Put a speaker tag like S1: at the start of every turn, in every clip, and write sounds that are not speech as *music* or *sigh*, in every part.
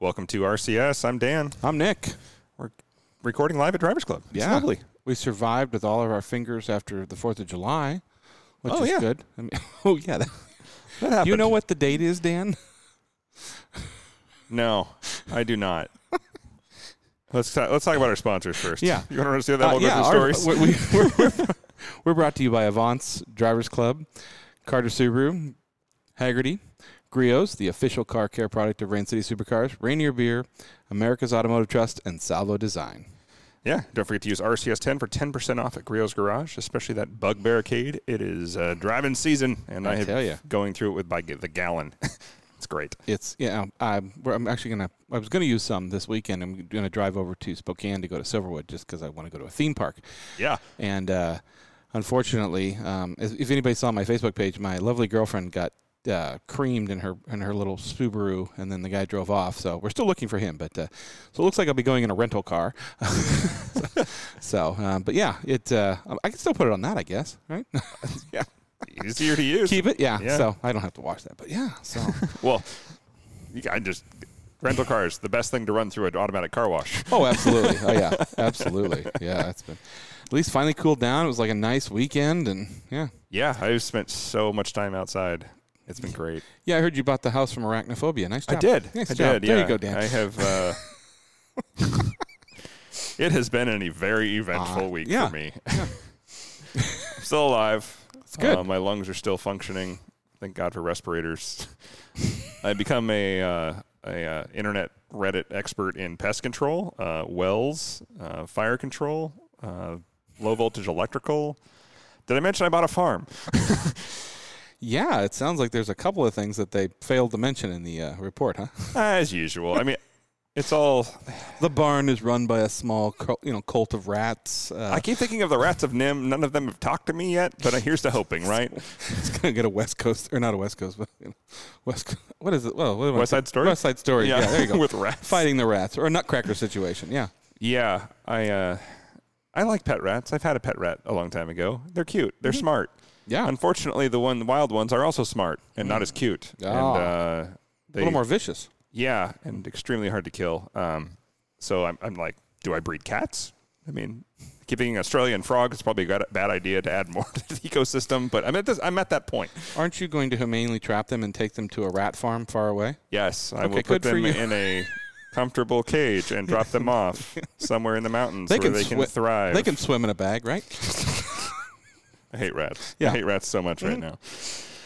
S1: Welcome to RCS. I'm Dan.
S2: I'm Nick.
S1: We're recording live at Drivers Club. It's
S2: Yeah.
S1: lovely.
S2: We survived with all of our fingers after the 4th of July, which
S1: Oh,
S2: is
S1: yeah.
S2: good. I mean, *laughs* oh,
S1: *laughs*
S2: yeah. That,
S1: That happened.
S2: you know what the date is,
S1: *laughs*
S2: Dan?
S1: No, I do
S2: *laughs*
S1: not. let's talk, let's talk about our sponsors first.
S2: Yeah. Uh,
S1: you want to see that little bit
S2: yeah,
S1: of
S2: our-
S1: stories?
S2: we- we-
S1: *laughs*
S2: we're, we're, we're brought to you by Avance Drivers Club, Carter Subaru, Haggerty, Griots, the official car care product of Rain City Supercars, Rainier Beer, America's Automotive Trust, and Salvo Design.
S1: yeah, don't forget to use RCS10 for 10% off at Griot's Garage, especially that bug barricade. It is uh, driving season, and I,
S2: I
S1: have
S2: tell ya.
S1: going through it with by the gallon. *laughs* it's great.
S2: It's yeah. I'm, we're- I'm actually gonna. I was gonna use some this weekend. I'm gonna drive over to Spokane to go to Silverwood just because I want to go to a theme park.
S1: Yeah,
S2: And uh, unfortunately, um, if if anybody saw my Facebook page, my lovely girlfriend got uh, creamed in her in her little Subaru, and then the guy drove off. So we're still looking for him. But uh, so it looks like I'll be going in a rental car. *laughs* so, um, but yeah, it. Uh, I can still put it on that, I guess. Right? *laughs*
S1: yeah, easier to use.
S2: Keep it. Yeah.
S1: Yeah.
S2: So I don't have to wash that. But yeah. So
S1: well, you, I just rental cars the best thing to run through an automatic car wash.
S2: Oh, absolutely. Oh, yeah, absolutely. Yeah, it's been at least finally cooled down. It was like a nice weekend, and yeah,
S1: Yeah, I've spent so much time outside. It's been great.
S2: yeah. I heard you bought the house from arachnophobia. Nice
S1: I
S2: job.
S1: did.
S2: Nice
S1: I
S2: job.
S1: did.
S2: there
S1: yeah.
S2: you go, Dan.
S1: I have. Uh, *laughs* it has been a very eventful
S2: Uh,
S1: week
S2: yeah.
S1: for me. I'm *laughs* still alive. It's
S2: good.
S1: my lungs are still functioning. Thank God for respirators. *laughs* I become a uh, a uh, internet Reddit expert in pest control, uh, wells, uh, fire control, uh, low voltage electrical. Did I mention I bought a farm?
S2: yeah, it sounds like there's a couple of things that they failed to mention in the uh, report, huh? *laughs*
S1: As usual. I mean, it's all
S2: The barn is run by a small, cul- you know, cult of rats. Uh,
S1: I keep thinking of the rats of Nim. None of them have talked to me yet, but uh, here's to hoping, right?
S2: *laughs* it's gonna get a West Coast or not a West Coast, but you know, West. Co- What is it? Well, what am I
S1: West
S2: saying?
S1: Side Story?
S2: West Side Story. Yeah, *laughs* there you
S1: *laughs*
S2: go.
S1: With rats.
S2: Fighting the rats or a nutcracker situation. Yeah.
S1: Yeah, I uh, I like pet rats. I've had a pet rat a long time ago. They're cute. They're
S2: Mm-hmm.
S1: smart.
S2: Yeah.
S1: Unfortunately, the one the wild ones are also smart and not as cute.
S2: Ah.
S1: And uh,
S2: a
S1: they,
S2: little more vicious.
S1: Yeah, and extremely hard to kill. Um, so I'm, I'm like, do I breed cats? I mean, keeping an Australian frog is probably a bad- bad idea to add more *laughs* to the ecosystem. But I'm at this. I'm at that point.
S2: Aren't you going to humanely trap them and take them to a rat farm far away?
S1: Yes, I
S2: Okay,
S1: will put
S2: good for
S1: them
S2: you.
S1: in a comfortable cage and drop them off
S2: *laughs*
S1: somewhere in the mountains where they can
S2: swi-
S1: thrive.
S2: They can swim in a bag, right?
S1: *laughs* I hate rats.
S2: Yeah. Mm.
S1: I hate rats so much right now.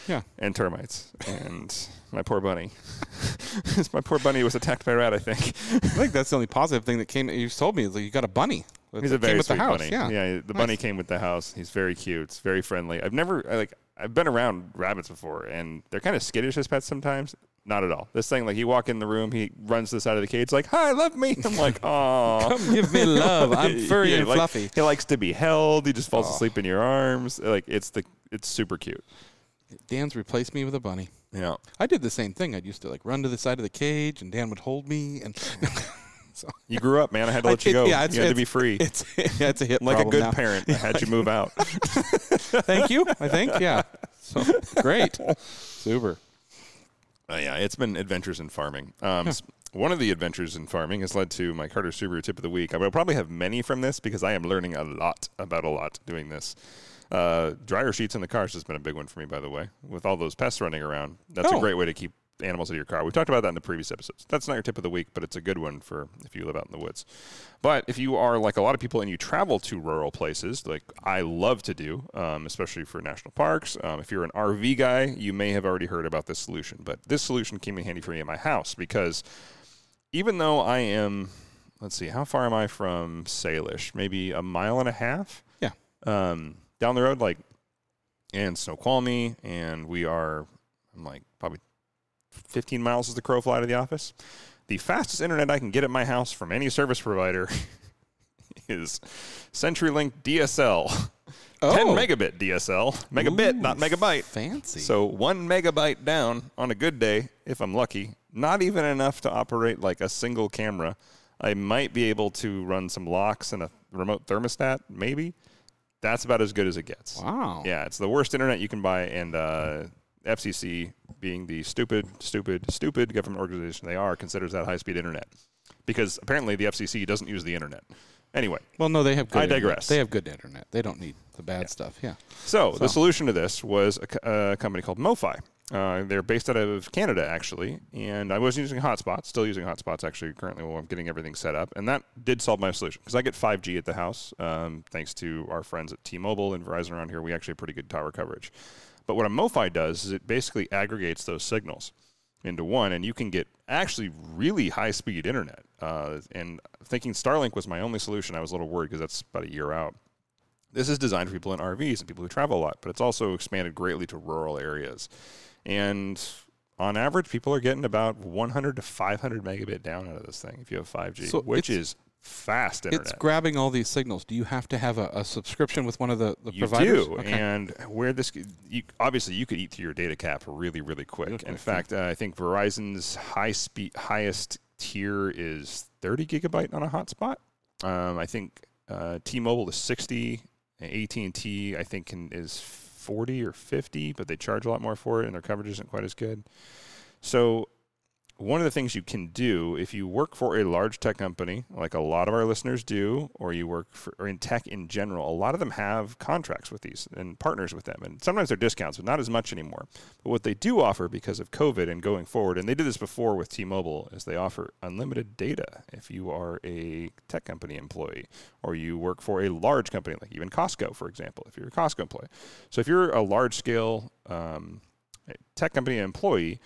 S2: Yeah.
S1: And termites. And my poor bunny. *laughs* my poor bunny was attacked by a rat, I
S2: *laughs*
S1: think.
S2: I think that's the only positive thing that came. You told me is like you got a bunny. that
S1: He's a
S2: came
S1: very
S2: with
S1: sweet
S2: the house.
S1: bunny.
S2: Yeah.
S1: the bunny came with the house. He's very cute. It's very friendly. I've never I, like I've been around rabbits before, and they're kind of skittish as pets sometimes. Not at all. This thing, like you walk in the room, he runs to the side of the cage, like "Hi, love me." I'm like,
S2: *laughs*
S1: "Aw,
S2: Come give me
S1: *laughs*
S2: love. I'm furry
S1: Yeah,
S2: and
S1: like,
S2: fluffy. Oh.
S1: He likes to be held. He just falls
S2: Aw.
S1: asleep in your arms. Like it's the it's super cute.
S2: Dan's replaced me with a bunny.
S1: Yeah.
S2: I did the same thing. I used to like run to the side of the cage, and Dan would hold me,
S1: *laughs*
S2: and so
S1: You grew up, man. I had to
S2: I-
S1: let you
S2: it-
S1: go.
S2: yeah, it's-
S1: you had to
S2: it's-
S1: be free.
S2: it's *laughs* yeah, it's a hit.
S1: Like a
S2: problem
S1: good
S2: now.
S1: parent, I had you move out.
S2: *laughs* Thank you.
S1: *laughs*
S2: I think yeah. So great, super.
S1: Uh, yeah, it's been adventures in farming. Um, s- One of the adventures in farming has led to my Carter Subaru tip of the week. I will probably have many from this because I am learning a lot about a lot doing this. Uh, dryer sheets in the cars has been a big one for me, by the way. With all those pests running around, that's a
S2: Oh.
S1: great way to keep animals out of your car. We've talked about that in the previous episodes. That's not your tip of the week, but it's a good one for if you live out in the woods. But if you are like a lot of people and you travel to rural places, like I love to do, um, especially for national parks, um, if you're an RV guy, you may have already heard about this solution. But this solution came in handy for me at my house because even though I am, let's see, how far am I from Salish? Maybe a mile and a half?
S2: Yeah.
S1: Um, down the road, like, and Snoqualmie, and we are, I'm like, probably 15 miles as the crow fly to the office. The fastest internet I can get at my house from any service provider *laughs* is CenturyLink *laughs* DSL. 10
S2: Oh.
S1: megabit DSL. Megabit,
S2: Ooh,
S1: not megabyte.
S2: Fancy.
S1: So one megabyte down on a good day, if I'm lucky, not even enough to operate like a single camera. I might be able to run some locks and a remote thermostat, maybe. That's about as good as it gets.
S2: wow.
S1: Yeah, it's the worst internet you can buy, and uh, FCC being the stupid, stupid, stupid government organization they are, considers that high speed internet. Because apparently the FCC doesn't use the internet. Anyway,
S2: Well, no, they have. Good
S1: I
S2: internet.
S1: digress.
S2: They have good internet. They don't need the bad stuff. Yeah.
S1: So,
S2: So-
S1: the solution to this was a, co- a company called MoFi. Uh, they're based out of Canada, actually, and I was using hotspots, still using hotspots, actually, currently while I'm getting everything set up, and that did solve my solution because I get 5G at the house um, thanks to our friends at T-Mobile and Verizon around here. We actually have pretty good tower coverage. But what a MoFi does is it basically aggregates those signals into one, and you can get actually really high-speed internet. Uh, and thinking Starlink was my only solution, I was a little worried because that's about a year out. This is designed for people in RVs and people who travel a lot, but it's also expanded greatly to rural areas. And on average, people are getting about 100 to 500 megabit down out of this thing if you have 5G,
S2: So
S1: which
S2: it's-
S1: is fast internet.
S2: It's grabbing all these signals. Do you have to have a, a subscription with one of the, the
S1: you
S2: providers?
S1: do,
S2: Okay.
S1: and where this you, obviously you could eat through your data cap really, really quick. In fact, uh, I think Verizon's high speed highest tier is 30 gigabyte on a hotspot. Um, I think uh, T-Mobile is 60. AT and T I think can, is 40 or 50, but they charge a lot more for it, and their coverage isn't quite as good. So one of the things you can do if you work for a large tech company, like a lot of our listeners do, or you work for, or in tech in general, a lot of them have contracts with these and partners with them. And sometimes they're discounts, but not as much anymore. But what they do offer because of COVID and going forward, and they did this before with T Mobile, is they offer unlimited data if you are a tech company employee or you work for a large company, like even Costco, for example, if you're a Costco employee. So if you're a large scale um, tech company employee,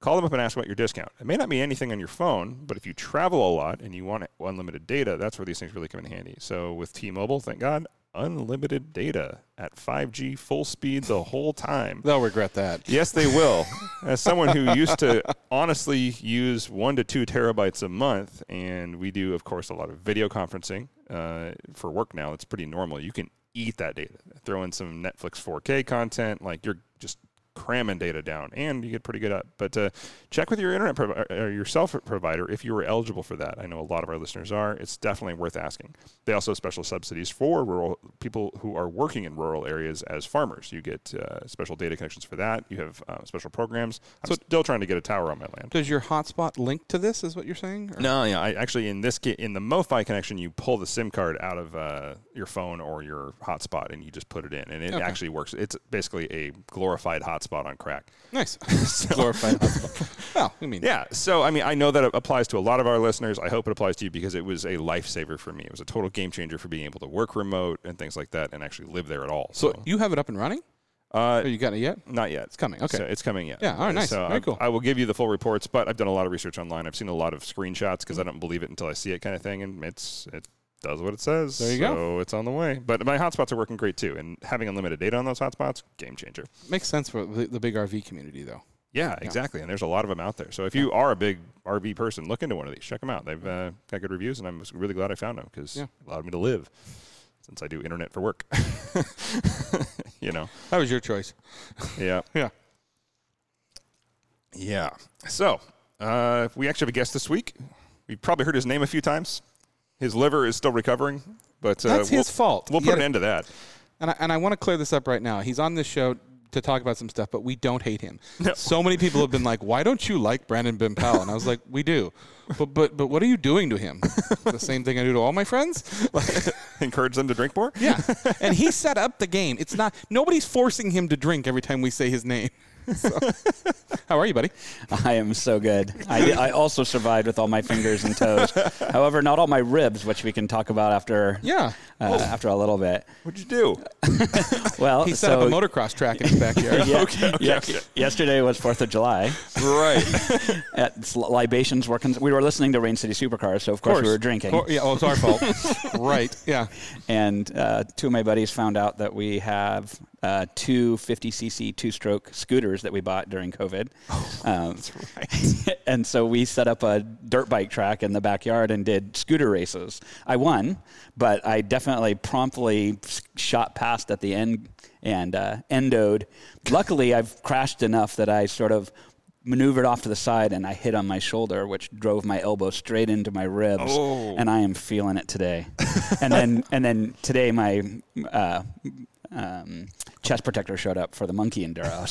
S1: call them up and ask about your discount. It may not mean anything on your phone, but if you travel a lot and you want unlimited data, that's where these things really come in handy. So with T-Mobile, thank God, unlimited data at 5G full speed the whole time.
S2: They'll regret that.
S1: *laughs* Yes, they will. As someone who used to honestly use one to two terabytes a month, and we do, of course, a lot of video conferencing uh, for work now, it's pretty normal. You can eat that data. Throw in some Netflix 4K content, like you're just cramming data down, and you get pretty good up. But uh, check with your internet provi- or your cell phone provider if you were eligible for that. I know a lot of our listeners are. It's definitely worth asking. They also have special subsidies for rural people who are working in rural areas as farmers. You get uh, special data connections for that. You have uh, special programs. I'm still trying to get a tower on my land.
S2: Does your hotspot link to this? Is what you're saying? Or-
S1: No, yeah. I actually in this ca- in the MoFi connection, you pull the SIM card out of uh, your phone or your hotspot, and you just put it in, and it
S2: Okay.
S1: actually works. It's basically a glorified hotspot on crack. *laughs*
S2: Nice. Glorified hotspot. *laughs* Well, I mean,
S1: Yeah. So I mean, I know that it applies to a lot of our listeners. I hope it applies to you because it was a lifesaver for me. It was a total game changer for being able to work remote and things like that, and actually live there at all.
S2: so
S1: So,
S2: you have it up and running?
S1: uh,
S2: Or you got it yet?
S1: not yet. It's
S2: coming. Okay.
S1: So it's coming yet.
S2: Yeah, all right, nice.
S1: So
S2: Very
S1: I,
S2: cool.
S1: I will give you the full reports, but I've done a lot of research online. I've seen a lot of screenshots because I don't believe it until I see it, kind of thing. And it's it does what it says.
S2: There you
S1: so
S2: go.
S1: it's on the way. But my hotspots are working great too, and having unlimited data on those hotspots, game changer.
S2: Makes sense for the, the big RV community, though.
S1: Yeah, exactly. And there's a lot of them out there. So if you are a big RV person, look into one of these. Check them out. They've uh, got good reviews, and I'm really glad I found them because
S2: Yeah.
S1: it allowed me to live since I do internet for work. *laughs* you know.
S2: That was your choice.
S1: Yeah.
S2: Yeah.
S1: Yeah. So uh, we actually have a guest this week. We've probably heard his name a few times. His liver is still recovering, but uh,
S2: That's
S1: we'll,
S2: his fault.
S1: We'll put
S2: Yet-
S1: an end to
S2: *laughs*
S1: that.
S2: And I, and I want to clear this up right now. He's on this show to talk about some stuff, but we don't hate him.
S1: No.
S2: So many people have been like, "Why don't you like Brandon Bimpel?" And I was like, "We do." But but but what are you doing to *laughs* him? the same thing I do to all my friends?
S1: Encourage them to drink more.
S2: Yeah. *laughs* And he set up the game. It's not nobody's forcing him to drink every time we say his name. *laughs* So- How are you, buddy?
S3: *laughs* I am so good. I, I also survived with all my fingers and toes.
S2: *laughs*
S3: However, not all my ribs, which we can talk about after.
S2: Yeah. Oh.
S3: Uh, after a little bit.
S1: What'd you do?
S3: Well,
S2: He set
S3: Uh, so
S2: up a motocross track in his backyard. *laughs*
S3: *laughs* yeah, yeah, Yesterday was Fourth of July.
S1: right.
S3: *laughs* At it's li- libations, working. We were listening to Rain City Supercars, so of course, we were drinking.
S2: Cor- yeah, well, it's our fault. right. Yeah.
S3: And uh, two of my buddies found out that we have uh, two 50cc two-stroke scooters that we bought during COVID. um, *laughs* and so we set up a dirt bike track in the backyard and did scooter races. I won, but I definitely promptly s- shot past at the end and uh, endoed. Luckily, I've crashed enough that I sort of maneuvered off to the side and I hit on my shoulder, which drove my elbow straight into my ribs.
S2: Oh. *laughs*
S3: And I am feeling it today. and then and then today my uh, um, chest protector showed up for the monkey enduro.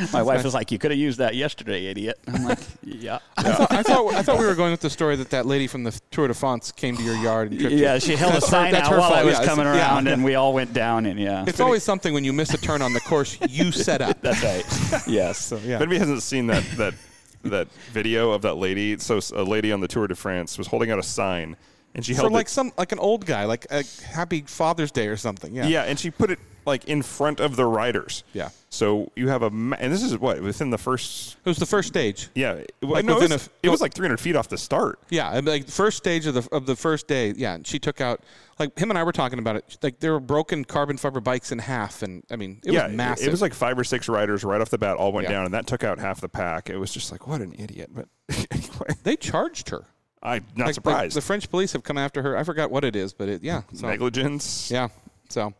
S2: *laughs*
S3: So my wife was like, "You could have used that yesterday, idiot." I'm like,
S2: *laughs*
S3: "Yeah, *laughs*
S2: I, thought, I, thought, I thought we were going with the story that that lady from the Tour de France came to your yard and tripped you.
S3: yeah." She held
S2: *laughs*
S3: a
S2: That's her-
S3: sign
S2: that's
S3: out
S2: her
S3: while I
S2: fault.
S3: was
S2: Yeah, it's-
S3: coming
S2: yeah.
S3: around, and we all went down. And yeah,
S2: It's always something when you miss a turn on the course you set up.
S3: that's right. Yes.
S2: So *laughs* yeah,
S1: If anybody hasn't seen that that *laughs* that video of that lady, so s- a lady on the Tour de France was holding out a sign, and she
S2: for
S1: held
S2: like
S1: it,
S2: some like an old guy, like a Happy Father's Day or something. Yeah,
S1: yeah, and she put it like in front of the riders.
S2: Yeah.
S1: So you have a, ma- and this is what within the first,
S2: It was the first stage.
S1: yeah, it, w-
S2: Like
S1: no, it
S2: within
S1: was,
S2: a f-
S1: it was like 300 feet off the start.
S2: Yeah, and, like first stage of the of the first day. Yeah, and she took out like him and I were talking about it. Like there were broken carbon fiber bikes in half, and I mean it
S1: yeah,
S2: was massive.
S1: it was like five or six riders right off the bat all went
S2: Yeah.
S1: down, and that took out half the pack. It was just like what an idiot. But *laughs* anyway,
S2: they charged her.
S1: I'm not
S2: Like, the-
S1: surprised.
S2: The, French police have come after her. I forgot what it is, but it yeah. So
S1: Negligence.
S2: yeah, so.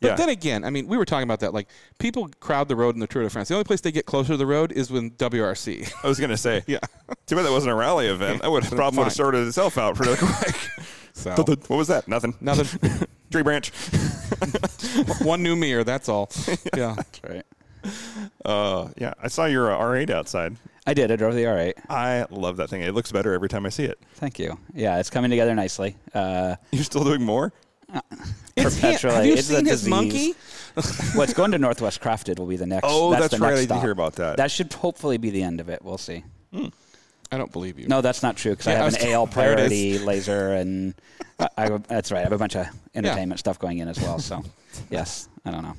S2: But
S1: Yeah.
S2: then again, I mean, we were talking about that. Like, people crowd the road in the Tour de France. The only place they get closer to the road is when WRC.
S1: I was gonna say.
S2: yeah.
S1: Too bad that wasn't a rally event.
S2: *laughs*
S1: That would have problem would
S2: mine.
S1: have sorted itself out pretty *laughs* quick.
S2: *laughs* So,
S1: what was that? Nothing.
S2: nothing.
S1: *laughs* Tree branch.
S2: *laughs* One new mirror,
S1: *laughs*
S2: that's all. Yeah.
S3: That's right.
S1: Uh, yeah, I saw your uh, R8 outside.
S3: I did. I drove the all right.
S1: I love that thing. It looks better every time I see it. *laughs*
S3: Thank you. Yeah, it's coming together nicely. Uh,
S1: You're still doing more?
S3: perpetually,
S2: Have you
S3: it's a
S2: seen his
S3: disease.
S2: monkey?
S3: What's going to Northwest Crafted will be the next.
S1: Oh, that's,
S3: the
S1: right.
S3: Next
S1: I did
S3: stop.
S1: hear about that.
S3: That should hopefully be the end of it. We'll see.
S2: I don't believe you.
S3: No, that's not true because
S2: Yeah, I
S3: I have
S2: was
S3: an
S2: kidding.
S3: AL
S2: There it is.
S3: priority laser, and I, I, that's right. I have a bunch of entertainment stuff going in as
S1: *laughs*
S3: well. So, yes, I don't know.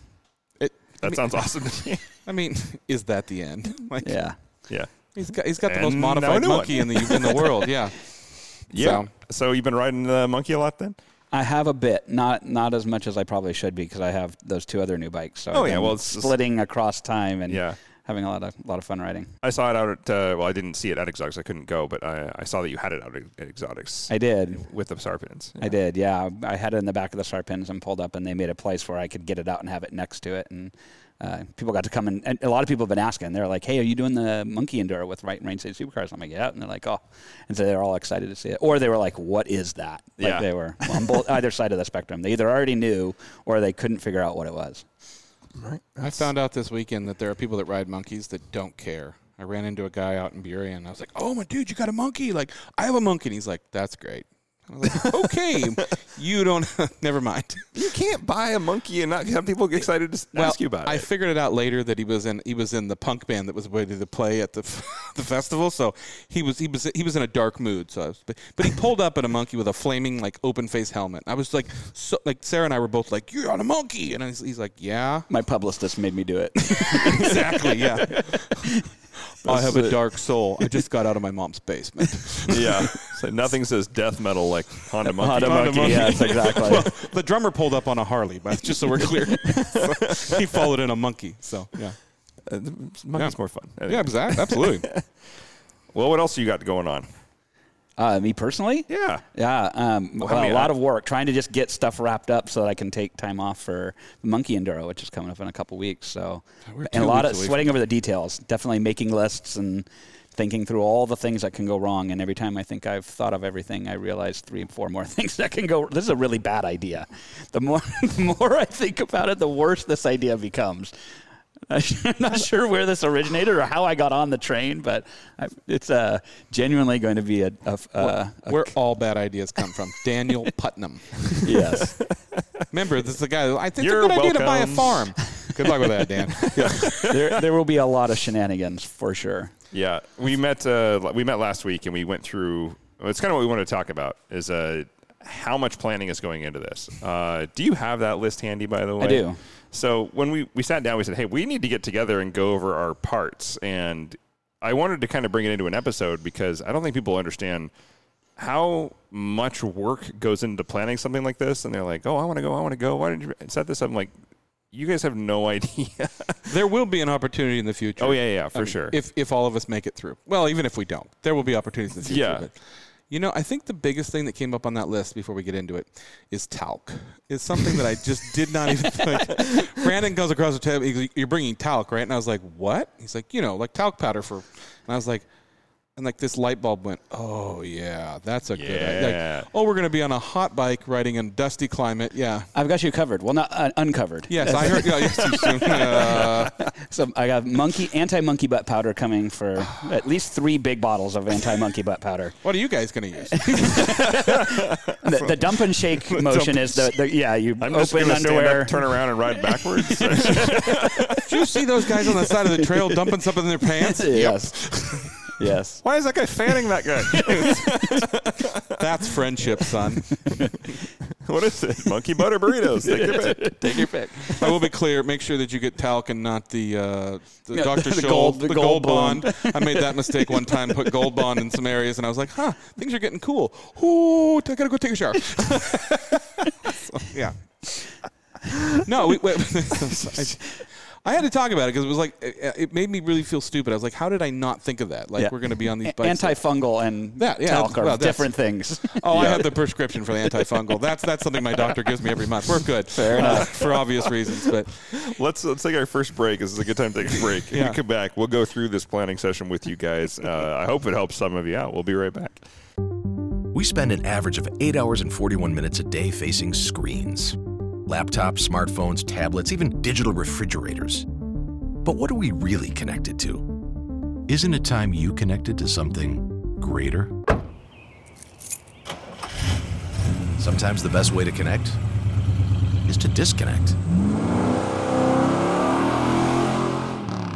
S2: It,
S1: that sounds awesome to me.
S2: I mean, *laughs* is that the end? *laughs* Like,
S3: Yeah,
S1: yeah.
S2: He's got he's got the most
S1: And now a
S2: modified
S1: new one.
S2: monkey in the in the
S1: *laughs*
S2: world. Yeah. *laughs*
S1: Yeah.
S2: So-
S1: So, you've been riding the monkey a lot then?
S3: I have a bit, not not as much as I probably should be because I have those two other new bikes. So,
S1: Oh,
S3: I've
S1: yeah,
S3: been
S1: well, it's just-
S3: splitting across time and
S1: Yeah.
S3: having a lot of lot of fun riding.
S1: I saw it out at, uh, well, I didn't see it at Exotics. I couldn't go, but I, I saw that you had it out at at Exotics
S3: I did.
S1: with the Sarpins.
S3: I did, yeah. I had it in the back of the Sarpins and pulled up, and they made a place where I could get it out and have it next to it. And uh, people got to come in. And a lot of people have been asking. They're like, "Hey, are you doing the Monkey Enduro with right Rain City Supercars?" I'm like, "Yeah." And they're like, "Oh," and so they're all excited to see it. Or they were like, "What is that?" Like
S1: Yeah.
S3: they were on both *laughs* either side of the spectrum. They either already knew or they couldn't figure out what it was.
S2: I found out this weekend that there are people that ride monkeys that don't care. I ran into a guy out in Bury and I was like, "Oh my dude, you got a monkey!" Like, I have a monkey, and he's like, "That's great." I
S1: *laughs*
S2: was like, "Okay, you don't. *laughs* never mind."
S1: You can't buy a monkey and not have people get excited to s- ask you about
S2: I *laughs*
S1: it.
S2: figured it out later that he was in he was in the punk band that was ready to play at the *laughs* the festival. So he was he was he was in a dark mood. So I was, but, but he pulled up in a monkey with a flaming like open face helmet. I was like so like Sarah and I were both like you're on a monkey, and I was, he's like yeah
S3: My publicist made me do it.
S2: exactly yeah. I have a dark soul. I just got out of my mom's basement.
S1: yeah. So nothing says death metal like Honda Monkey.
S3: Honda
S2: Honda
S3: monkey,
S2: monkey.
S3: yes, exactly.
S2: well, the drummer pulled up on a Harley, but just so we're *laughs* clear, So he followed in a monkey. So yeah,
S1: Uh, the monkey's
S2: Yeah.
S1: more fun.
S2: yeah, exactly, absolutely.
S1: Well, what else you got going on?
S3: uh, me personally,
S1: Yeah.
S3: Yeah, um,
S1: how
S3: well,
S1: many
S3: a lot
S1: hours?
S3: of work trying to just get stuff wrapped up so that I can take time off for the monkey enduro, which is coming up in a couple weeks. So,
S2: we're
S3: and a
S2: two
S3: lot
S2: weeks
S3: of
S2: away
S3: sweating over the details, definitely making lists and thinking through all the things that can go wrong. And every time I think I've thought of everything, I realize three and four more *laughs* things that can go. This is a really bad idea. The more *laughs* the more I think about it, the worse this idea becomes. *laughs* I'm not sure where this originated or how I got on the train, but I, it's uh, genuinely going to be a, a, a, a
S2: Where all bad ideas come from. Daniel Putnam. *laughs*
S3: yes.
S2: Remember, this is the guy. that- I think
S1: You're
S2: it's a good idea to buy a
S1: welcome.
S2: *laughs* farm. Good luck with that, Dan.
S3: *laughs* there, there will be a lot of shenanigans for sure.
S1: Yeah, we met uh, l- we met last week and we went through. It's kind of what we want to talk about is uh, how much planning is going into this. Uh, do you have that list handy, by the way?
S3: do.
S1: So when we we sat down, we said, "Hey, we need to get together and go over our parts." And I wanted to kind of bring it into an episode because I don't think people understand how much work goes into planning something like this. And they're like, "Oh, I want to go. I want to go. Why did you set this up?" I'm like, "You guys have no *laughs* idea."
S2: There will be an opportunity in the future.
S1: oh yeah, yeah, for
S2: I mean,
S1: sure.
S2: If, if all of us make it through. Well, even if we don't, there will be opportunities in the future.
S1: Yeah.
S2: But, you know, I think the biggest thing that came up on that list before we get into it is talc. It's something that I
S1: *laughs*
S2: just did not even like. Brandon comes across the table. He goes, You're bringing talc, right? And I was like, What? He's like, You know, like talc powder for. And I was like, And like this light bulb went, oh yeah, that's a good idea.
S1: Yeah.
S2: Like, oh, we're going to be on a hot bike riding in dusty climate. Yeah.
S3: I've got you covered. Well, not uh, uncovered.
S2: Yes, I
S1: *laughs*
S2: heard. yeah, yes, you soon. *laughs* Uh,
S3: So I got monkey anti monkey butt powder coming for at least three big bottles of anti monkey butt powder.
S2: what are you guys going to use?
S3: The, the dump and shake motion is the, the yeah you
S1: I'm just
S3: open
S1: gonna stand
S3: underwear.
S1: up,
S3: *laughs*
S1: turn around, and ride backwards.
S2: Did you see those guys on the side of the trail dumping something in their pants?
S3: yes, yes.
S1: *laughs* Why is that guy fanning that guy?
S2: That's friendship, son.
S1: *laughs* what is it? Monkey butter burritos. Take your pick.
S3: Take your pick.
S2: I will be clear. Make sure that you get talc and not the uh, the
S3: Yeah,
S2: Dr.
S3: *laughs* the
S2: Scholl,
S3: gold- the gold
S2: bond. I made that mistake one time. Put gold bond in some areas, and I was like, "Huh, things are getting cool. Ooh, I gotta go take a shower." *laughs* So, yeah. No, we, *laughs* we, I had to talk about it because it was like it, it made me really feel stupid. I was like, "How did I not think of that? Like,
S3: Yeah.
S2: we're going to be on these bikes."
S3: Antifungal and
S2: That, yeah,
S3: talc are
S2: well, that's-
S3: different things.
S2: Oh, I have the prescription for the antifungal. That's that's something my doctor gives me every month. We're good,
S3: Fair enough.
S2: Uh, for obvious reasons. But
S1: Let's let's take our first break. This is a good time to take a break.
S2: Yeah.
S1: When we come back, we'll go through this planning session with you guys. Uh, I hope it helps some of you out. We'll be right back.
S4: We spend an average of 8 hours and 41 minutes a day facing screens laptops, smartphones, tablets, even digital refrigerators. But what are we really connected to? Isn't it time you connected to something greater? Sometimes the best way to connect is to disconnect.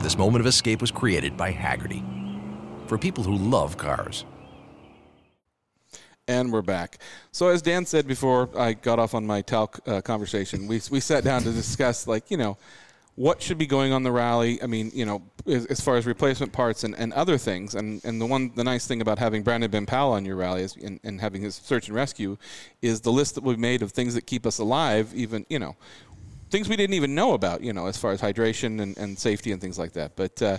S4: This moment of escape was created by Haggerty for people who love cars.
S2: and we're back. So as Dan said before, I got off on my talc uh, conversation. We we sat down to discuss like you know what should be going on the rally. I mean you know as, as far as replacement parts and, and other things. And and the one the nice thing about having Brandon Ben Powell on your rally is and, and having his search and rescue is the list that we've made of things that keep us alive. Even you know things we didn't even know about, you know, as far as hydration and, and safety and things like that. But uh,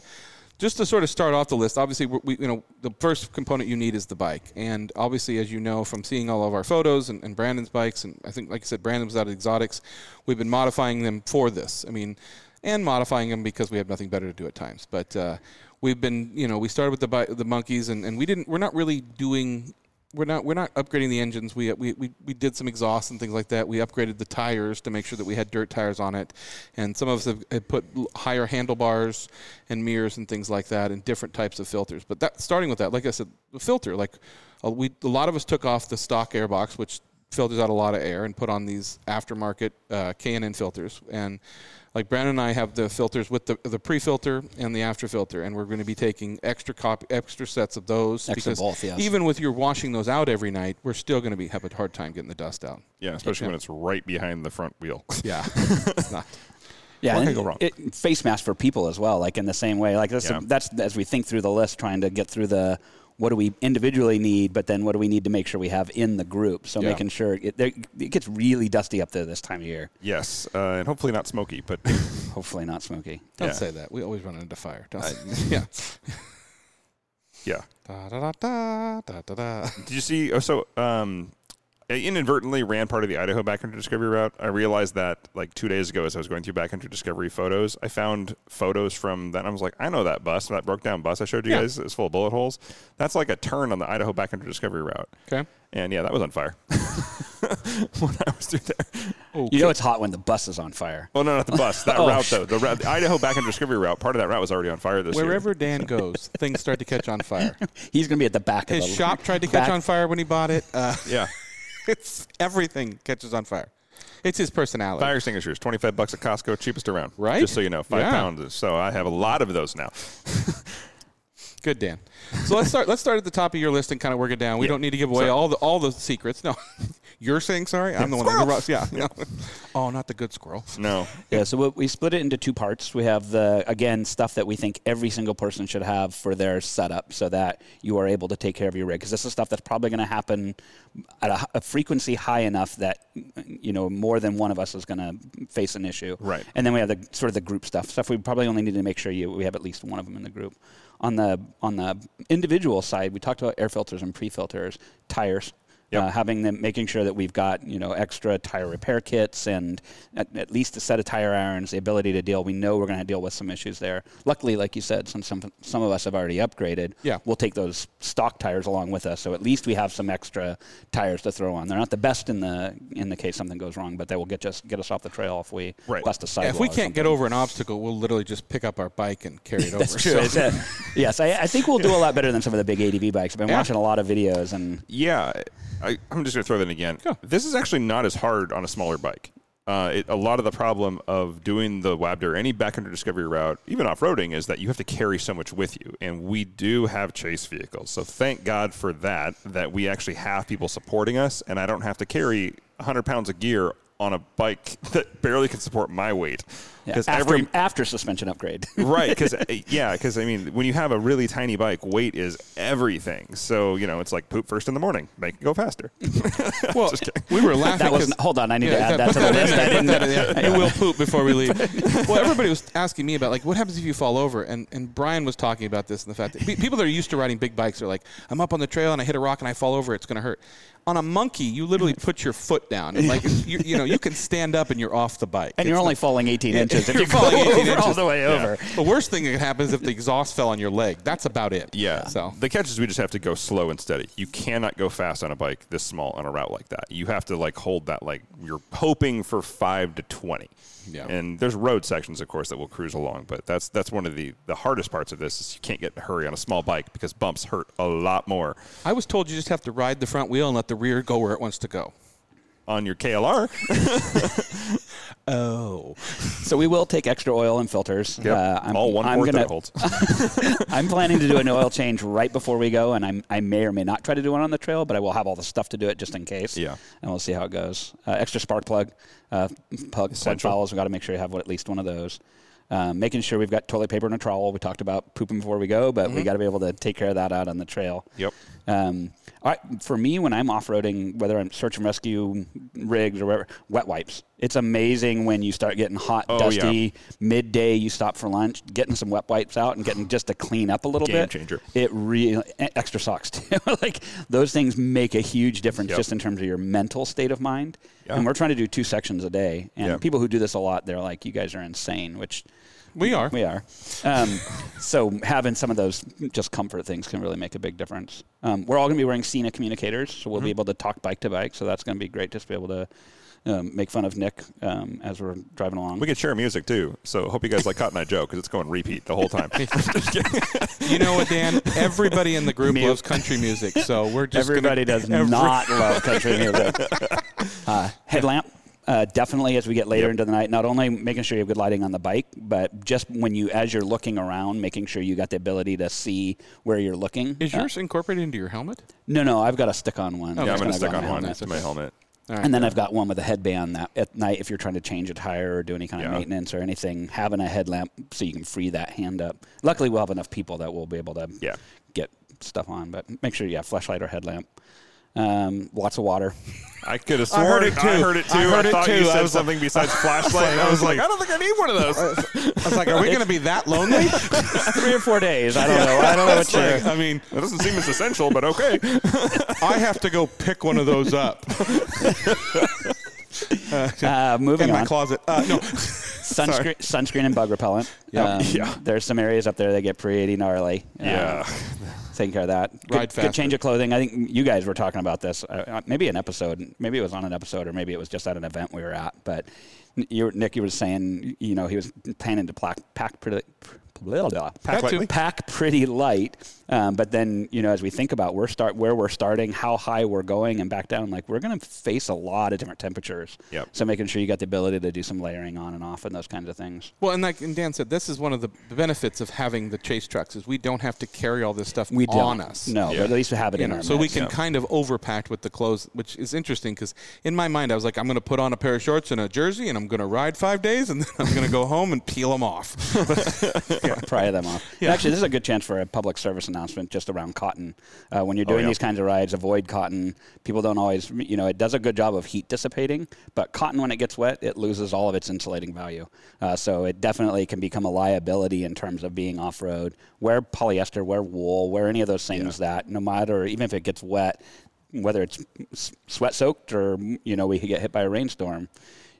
S2: just to sort of start off the list, obviously, we, we- you know, the first component you need is the bike. And obviously, as you know from seeing all of our photos and, and Brandon's bikes, and I think, like I said, Brandon was out at Exotics, we've been modifying them for this. I mean, and modifying them because we have nothing better to do at times. But uh, we've been, you know, we started with the bi- the monkeys, and, and we didn't. We're not really doing we're not we're not upgrading the engines. We we we, we did some exhaust and things like that. We upgraded the tires to make sure that we had dirt tires on it, and some of us have, have put l- higher handlebars and mirrors and things like that, and different types of filters. But that starting with that, like I said, the filter like uh, we a lot of us took off the stock airbox, which filters out a lot of air, and put on these aftermarket uh, K&N filters and. Like Brandon and I have the filters with the, the pre-filter and the after-filter, and we're going to be taking extra copy, extra sets of those
S3: Extra
S2: because
S3: both, yes.
S2: even even with your washing those out every night, we're still going to be have a hard time getting the dust out.
S1: Yeah, especially when it's right behind the front wheel.
S2: Yeah, it's not.
S3: Yeah,
S1: What
S3: and
S1: could go wrong?
S3: It, face mask for people as well, like in the same way. Like that's
S1: Yeah.
S3: that's as we think through the list, trying to get through the what do we individually need, but then what do we need to make sure we have in the group. So
S2: Yeah.
S3: making sure it, there- it gets really dusty up there this time of year.
S1: *laughs* yes, uh, and hopefully not smoky, but *laughs*
S3: Hopefully not smoky.
S2: Don't
S1: Yeah.
S2: say that. We always run into fire. Don't say, *laughs* yeah.
S1: yeah.
S2: Da, da, da, da, da, da, da.
S1: Did you see? Oh, so um, I inadvertently ran part of the Idaho backcountry discovery route. I realized that like two days ago, as I was going through backcountry discovery photos, I found photos from that. and I was like, I know that bus, that broke down bus I showed you
S2: Yeah.
S1: guys. It's full of bullet holes. That's like a turn on the Idaho backcountry discovery route.
S2: Okay.
S1: And yeah, that was on fire *laughs* when I was through there.
S3: You know it's hot when the bus is on fire.
S1: Well, no, not the bus.
S2: *laughs*
S1: That
S3: Oh.
S1: route though, the, route, the Idaho backcountry discovery route. Part of that route was already on fire this year.
S2: Wherever Dan goes, things start to catch on fire.
S3: He's going to be at the back
S2: His
S3: of the *laughs*
S2: shop tried to catch
S3: back-
S2: on fire when he bought it. Uh, *laughs*
S1: Yeah.
S2: it's everything catches on fire. It's his personality.
S1: Fire extinguishers, twenty five bucks at Costco, cheapest around.
S2: Right?
S1: Just so you know, five
S2: Yeah.
S1: pounds. So I have a lot of those now.
S2: Good, Dan. So let's start. Let's start at the top of your list and kind of work it down. We don't need to give away all the all the secrets. No, *laughs* you're saying sorry. I'm the one that interrupts. *laughs* Yeah. no. Oh, not the good squirrel.
S1: No.
S3: Yeah, so we- we split it into two parts. We have the again stuff that we think every single person should have for their setup, so that you are able to take care of your rig. Because this is stuff that's probably going to happen at a, h- a frequency high enough that you know more than one of us is going to face an issue.
S1: Right.
S3: And then we have the sort of the group stuff. Stuff we probably only need to make sure you we have at least one of them in the group. On the on the individual side, we talked about air filters and pre filters, tires.
S1: Yep.
S3: Uh, having them, making sure that we've got you know extra tire repair kits and at, at least a set of tire irons, the ability to deal. We know we're going to deal with some issues there. Luckily, like you said, since some some of us have already upgraded,
S2: Yeah.
S3: we'll take those stock tires along with us. So at least we have some extra tires to throw on. They're not the best in the in the case something goes wrong, but they will get just get us off the trail if we
S1: Right.
S3: bust a
S2: Yeah,
S3: sidewall.
S2: if we
S3: or
S2: can't get
S3: something.
S2: over an obstacle, we'll literally just pick up our bike and carry it over.
S3: *laughs* That's true.
S2: So-
S3: It's a- *laughs* yes, I, I think we'll do a lot better than some of the big ADV bikes. I've been
S2: Yeah.
S3: watching a lot of videos, and
S1: Yeah, I, I'm just going to throw that in again. This is actually not as hard on a smaller bike. Uh, it, a lot of the problem of doing the WABD or any backcountry discovery route, even off-roading, is that you have to carry so much with you, and we do have chase vehicles. So thank God for that, that we actually have people supporting us, and I don't have to carry 100 pounds of gear on a bike *laughs* that barely can support my weight.
S3: yeah,
S1: 'Cause
S3: after,
S1: every-
S3: after
S2: *laughs*
S3: suspension upgrade.
S1: right because yeah because i mean when you have a really tiny bike weight is everything so you know it's like poop first in the morning make it go faster
S2: well, we
S3: *laughs*
S2: were laughing.
S3: that
S2: 'cause-
S3: was hold on. I need to
S2: Yeah,
S3: add that, to the
S2: put
S3: list. I
S2: in *laughs*
S3: didn't.
S2: there, put that in there. It will poop before we
S3: *laughs*
S2: leave. Well, everybody was asking me about like what happens if you fall over, and, and Brian was talking about this and the fact that pe- people that are used to riding big bikes are like, I'm up on the trail and I hit a rock and I fall over, it's going to hurt. On a monkey, you
S3: *laughs*
S2: literally put your foot down, and like you, you know you can stand up and you're off the bike.
S3: And you're only falling 18 inches if
S2: You're
S3: you go
S2: falling 18
S3: over *laughs* all
S2: inches.
S3: the way over.
S2: the worst thing that could happen is if the exhaust fell on your leg. That's about it.
S1: yeah
S2: So
S1: the catch is we just have to go slow and steady you cannot go fast on a bike this small on a route like that you have to like hold that like you're hoping for 5 to 20
S2: Yeah.
S1: and there's road sections of course that will cruise along but that's that's one of the the hardest parts of this is you can't get in a hurry on a small bike because bumps hurt a lot more
S2: I was told you just have to ride the front wheel and let the rear go where it wants to go.
S1: on your klr
S2: Oh.
S3: So we will take extra oil and
S1: *laughs*
S3: filters. Uh, I'm,
S1: all one
S3: I'm
S1: fourth that
S3: gonna-
S1: it holds
S3: I'm planning to do an oil change right before we go, and I'm, I may or may not try to do one on the trail, but I will have all the stuff to do it just in case.
S1: Yeah.
S3: And we'll see how it goes. Uh, extra spark plug, uh, plug, plug
S1: Essential.
S3: follows. We've got to make sure you have at least one of those. Um, making sure we've got toilet paper and a trowel. We talked about pooping before we go, but we got to be able to take care of that out on the trail.
S1: Mm-hmm. Yep.
S3: Um, all right, for me, when I'm off roading, whether I'm search and rescue rigs or whatever, wet wipes. It's amazing when you start getting hot,
S1: Oh, yeah.
S3: dusty, midday you stop for lunch, getting some wet wipes out and getting just to clean up a little
S1: Game
S3: bit.
S1: changer.
S3: It really extra socks *laughs* too. like those things make a huge difference
S1: Yep.
S3: just in terms of your mental state of mind.
S1: Yeah.
S3: And we're trying to do two sections a day. And
S1: Yeah.
S3: people who do this a lot, they're like, "You guys are insane," which
S2: We are.
S3: we are.
S1: *laughs*
S3: Um, so having some of those just comfort things can really make a big difference. Um, we're all going to be wearing Cena communicators, so we'll be
S1: Mm-hmm.
S3: able to talk bike to bike. So that's going to be great just to be able to. Um, make fun of Nick um, as we're driving along.
S1: we could share music too so hope you guys like cotton eye joe because it's going repeat the whole
S2: *laughs*
S1: time
S2: You know what,
S3: *laughs*
S2: Dan? Everybody in the group
S3: Mute.
S2: loves country music, so we're just gonna-
S3: Everybody does
S2: every-
S3: not love country music. Uh, headlamp. Uh, definitely, as we get later
S1: Yep.
S3: into the night, not only making sure you have good lighting on the bike, but just when you, as you're looking around, making sure you got the ability to see where you're looking.
S2: Is
S3: Uh,
S2: yours incorporated into your helmet?
S3: no, no, I've got a stick-on one.
S1: yeah i'm
S3: That's
S1: going to
S3: gonna
S1: stick
S3: go
S1: on
S3: my
S1: one
S3: helmet.
S1: to my helmet
S2: All right.
S3: And then I've got one with a headband that at night, if you're trying to change a tire or do any kind
S1: Yeah.
S3: of maintenance or anything, having a headlamp so you can free that hand up. Luckily, we'll have enough people that we'll be able to
S1: Yeah.
S3: get stuff on, but make sure you have flashlight or headlamp. Um, lots of water. *laughs*
S1: I could have
S2: I
S1: sworn
S2: heard it too.
S1: I heard it too.
S2: I
S1: I,
S2: heard it
S1: thought you
S2: too. I
S1: said
S2: was like-
S1: something besides flashlight.
S2: *laughs*
S1: and I was like, I don't think I need one of those.
S2: I was like, are we going to be that lonely?
S3: Three or four days. I don't know. *laughs* I don't know
S2: *laughs*
S3: what you're.
S2: I mean,
S1: That doesn't seem as essential, but
S2: *laughs*
S1: okay.
S2: I have to go pick one of those
S3: *laughs*
S2: up
S3: Uh, moving
S2: in my
S3: on.
S2: closet. Uh, no.
S3: sunscreen, sunscreen and bug repellent. Um,
S2: Yep.
S1: Yeah.
S3: There's some areas up there that get pretty gnarly. Um,
S1: Yeah.
S3: taking care of that. Good,
S2: Ride faster.
S3: good change of clothing. I think you guys were talking about this. Uh, uh, maybe an episode. Maybe it was on an episode, or maybe it was just at an event we were at. But n- you, were- Nick, you were saying, you know, he was planning to plack, pack pretty. Blah, blah,
S2: *laughs*
S1: Pack
S2: That too.
S1: lightly.
S3: pack pretty light, um, but then you know as we think about where start where we're starting, how high we're going, and back down, like we're going to face a lot of different temperatures.
S1: Yep.
S3: So making sure you got the ability to do some layering on and off and those kinds of things.
S2: Well, and like and Dan said, this is one of the benefits of having the chase trucks is we don't have to carry all this stuff
S3: We
S2: on
S3: don't
S2: us.
S3: No,
S1: Yeah.
S3: but at least we have it
S2: You
S3: in
S2: know,
S3: our
S2: so we
S3: midst.
S2: can kind of overpack with the clothes, which is interesting because in my mind I was like, I'm going to put on a pair of shorts and a jersey, and I'm going to ride five days, and then I'm going to go home and peel them off.
S3: *laughs* pry them off. Actually, this is a good chance for a public service announcement just around cotton. Uh, when you're doing
S1: yeah.
S3: these kinds of rides, avoid cotton. People don't always, you know, it does a good job of heat dissipating, but cotton, when it gets wet, it loses all of its insulating value. Uh, so it definitely can become a liability in terms of being off road. Wear polyester, wear wool, wear any of those things that, no matter, even if it gets wet, whether it's s- sweat soaked or you know we could get hit by a rainstorm.